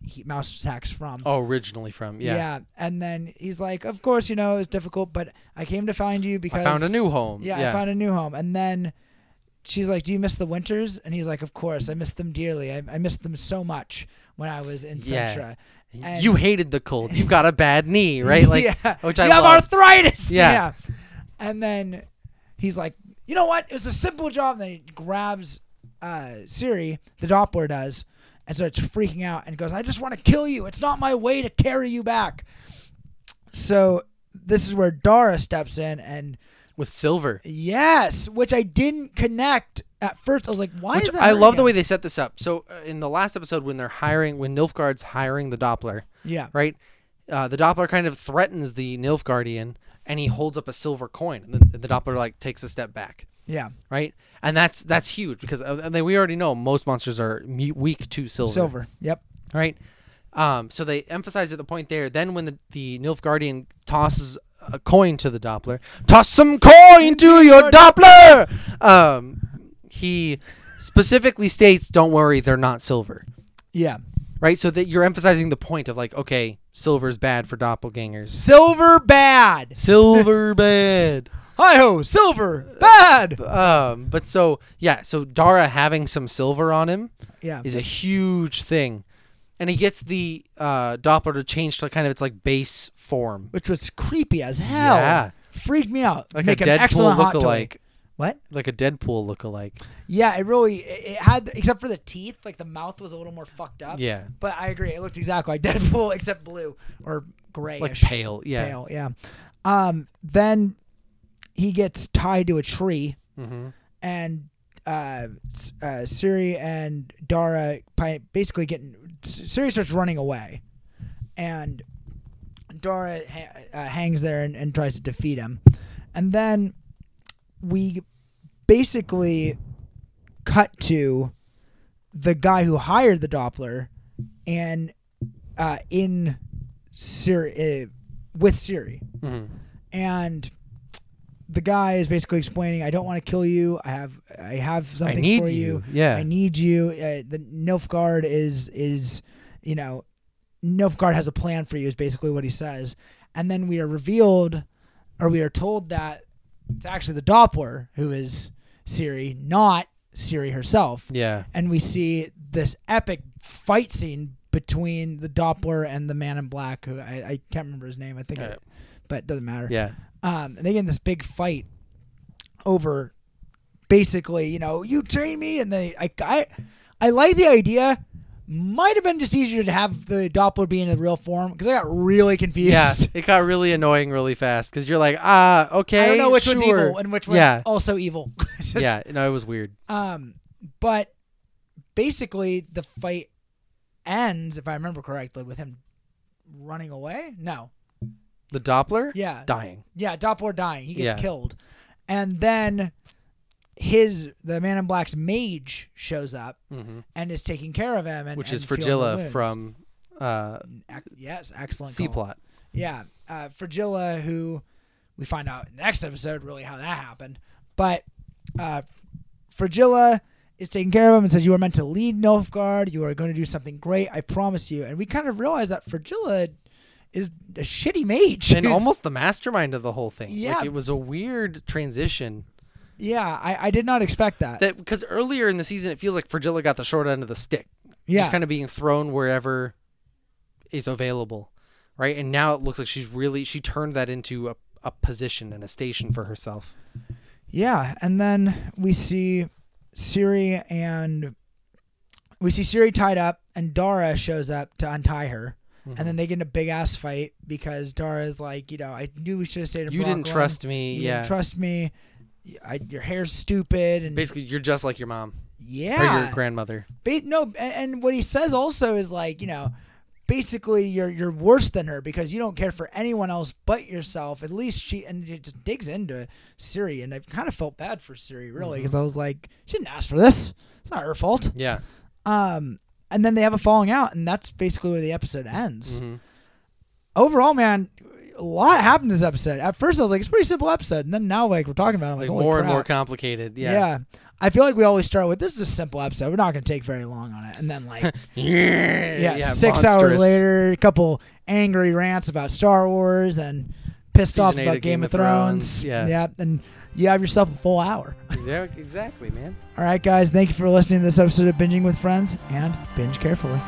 Speaker 1: he, Mouse Sack's from.
Speaker 2: oh, originally from yeah.
Speaker 1: and then he's like, "Of course, you know, it was difficult, but I came to find you because
Speaker 2: I found a new home.
Speaker 1: yeah, I found a new home. And then she's like, Do you miss the winters? And he's like, Of course, I miss them dearly. I, I missed them so much when I was in
Speaker 2: Yeah.
Speaker 1: Centra. and-
Speaker 2: you hated the cold. You've got a bad knee, right? Like,
Speaker 1: yeah.
Speaker 2: which
Speaker 1: you
Speaker 2: I
Speaker 1: have
Speaker 2: loved.
Speaker 1: arthritis.
Speaker 2: Yeah.
Speaker 1: And then he's like, You know what? It was a simple job. And then he grabs uh, Siri, the Doppler does, and starts freaking out and goes, I just want to kill you. It's not my way to carry you back. So this is where Dara steps in and
Speaker 2: with silver.
Speaker 1: Yes, which I didn't connect at first I was like, why
Speaker 2: Which
Speaker 1: is that?
Speaker 2: I
Speaker 1: her
Speaker 2: love the
Speaker 1: again?
Speaker 2: way they set this up. So uh, in the last episode, when they're hiring, when Nilfgaard's hiring the Doppler,
Speaker 1: Yeah.
Speaker 2: right? Uh, the Doppler kind of threatens the Nilfgaardian, and he holds up a silver coin, and the, the Doppler like takes a step back,
Speaker 1: Yeah.
Speaker 2: right? And that's that's huge because uh, and then we already know most monsters are mu- weak to silver,
Speaker 1: Silver. Yep.
Speaker 2: right? Um, so they emphasize at the point there. Then when the, the Nilfgaardian tosses a coin to the Doppler, toss some coin to your Doppler. Um, he specifically states, "Don't worry, they're not silver."
Speaker 1: Yeah.
Speaker 2: right? So that you're emphasizing the point of like, okay, silver's bad for doppelgangers.
Speaker 1: Silver bad.
Speaker 2: Silver bad.
Speaker 1: Hi ho, silver bad.
Speaker 2: Um, but so yeah, so Dara having some silver on him
Speaker 1: Yeah.
Speaker 2: is a huge thing, and he gets the uh, Doppler to change to kind of its like base form,
Speaker 1: Which was creepy as hell.
Speaker 2: Yeah.
Speaker 1: Freaked me out.
Speaker 2: like
Speaker 1: Make
Speaker 2: a
Speaker 1: an
Speaker 2: Deadpool
Speaker 1: excellent hot toy.
Speaker 2: lookalike,
Speaker 1: What?
Speaker 2: like a Deadpool lookalike.
Speaker 1: Yeah, it really it it had except for the teeth, like the mouth was a little more fucked up.
Speaker 2: Yeah,
Speaker 1: But I agree, it looked exactly like Deadpool except blue or grayish.
Speaker 2: like pale. Yeah.
Speaker 1: Pale, yeah. Um then he gets tied to a tree
Speaker 2: Mm-hmm.
Speaker 1: and uh, S- uh, Siri and Dara pi- basically getting S- Siri starts running away, and Dara ha- uh, hangs there and, and tries to defeat him, and then we basically cut to the guy who hired the Doppler, and uh, in Siri uh, with Siri
Speaker 2: Mm-hmm.
Speaker 1: and the guy is basically explaining, "I don't want to kill you. I have, I have
Speaker 2: I
Speaker 1: something
Speaker 2: need
Speaker 1: for
Speaker 2: you.
Speaker 1: you.
Speaker 2: Yeah.
Speaker 1: I need you." Uh, the Nilfgaard is is, you know, Nilfgaard has a plan for you. Is basically what he says, and then we are revealed, or we are told that it's actually the Doppler who is Siri, not Siri herself
Speaker 2: yeah.
Speaker 1: and we see this epic fight scene between the Doppler and the Man in Black, who I, I can't remember his name. I think,
Speaker 2: Yeah.
Speaker 1: it, but it doesn't matter.
Speaker 2: Uh, Yeah.
Speaker 1: Um, and they get in this big fight over basically, you know, you train me, and they, I, I, I like the idea. Might have been just easier to have the Doppler be in the real form because I got really confused.
Speaker 2: Yeah, it got really annoying really fast because you're like, ah, okay.
Speaker 1: I don't know which one's
Speaker 2: sure."
Speaker 1: evil and which one's
Speaker 2: Yeah.
Speaker 1: also evil.
Speaker 2: yeah, no, it was weird.
Speaker 1: Um, but basically, the fight ends, if I remember correctly, with him running away. No,
Speaker 2: The Doppler?
Speaker 1: yeah,
Speaker 2: Dying.
Speaker 1: yeah, Doppler dying. He gets
Speaker 2: Yeah.
Speaker 1: killed, and then his the Man in Black's mage shows up
Speaker 2: Mm-hmm.
Speaker 1: and is taking care of him, and
Speaker 2: Which
Speaker 1: and
Speaker 2: is
Speaker 1: healing the
Speaker 2: Fragilla
Speaker 1: wounds.
Speaker 2: from uh,
Speaker 1: Ac- yes, excellent
Speaker 2: C
Speaker 1: call.
Speaker 2: Plot.
Speaker 1: Yeah, uh, Fragilla, who we find out in the next episode really how that happened. But uh, Fragilla is taking care of him and says, "You are meant to lead Nilfgaard. You are going to do something great. I promise you." And we kind of realize that Fragilla is a shitty mage.
Speaker 2: And
Speaker 1: who's-
Speaker 2: almost the mastermind of the whole thing.
Speaker 1: Yeah.
Speaker 2: Like, it was a weird transition.
Speaker 1: yeah, I, I did not expect that.
Speaker 2: That Because earlier in the season, it feels like Fragilla got the short end of the stick.
Speaker 1: yeah,
Speaker 2: Just kind of being thrown wherever is available. Right? And now it looks like she's really, she turned that into a, a position and a station for herself.
Speaker 1: yeah. And then we see Siri and we see Siri tied up, and Dara shows up to untie her.
Speaker 2: Mhm.
Speaker 1: and then they get in a big ass fight because Dara's like, you know, I knew we should have stayed in
Speaker 2: you didn't
Speaker 1: Brooklyn.
Speaker 2: trust me.
Speaker 1: you
Speaker 2: yeah.
Speaker 1: didn't trust me. I, your hair's stupid and
Speaker 2: Basically, you're just like your mom or your
Speaker 1: yeah,
Speaker 2: grandmother.
Speaker 1: ba- no, and, and what he says also is like, you know, basically you're you're worse than her because you don't care for anyone else but yourself. At least she and it just digs into Siri, and I kind of felt bad for Siri
Speaker 2: Mm-hmm.
Speaker 1: really because I was like, she didn't ask for this. It's not her fault.
Speaker 2: Yeah.
Speaker 1: Um, and then they have a falling out, and that's basically where the episode ends.
Speaker 2: hmm
Speaker 1: overall, man, a lot happened this episode. At first, I was like, it's a pretty simple episode, and then now, like, we're talking about, it, I'm like,
Speaker 2: Like
Speaker 1: holy
Speaker 2: more and more
Speaker 1: crap.
Speaker 2: complicated.
Speaker 1: I feel like we always start with this is a simple episode. We're not going to take very long on it, and then like
Speaker 2: Yeah.
Speaker 1: yeah, six hours
Speaker 2: monstrous.
Speaker 1: later, a couple angry rants about Star Wars and pissed
Speaker 2: Season
Speaker 1: off
Speaker 2: eight
Speaker 1: about Game,
Speaker 2: of Game
Speaker 1: of,
Speaker 2: of
Speaker 1: Thrones.
Speaker 2: Thrones, yeah.
Speaker 1: and you have yourself a full hour.
Speaker 2: Yeah, exactly, man.
Speaker 1: All right, guys, thank you for listening to this episode of Binging with Friends, and binge carefully.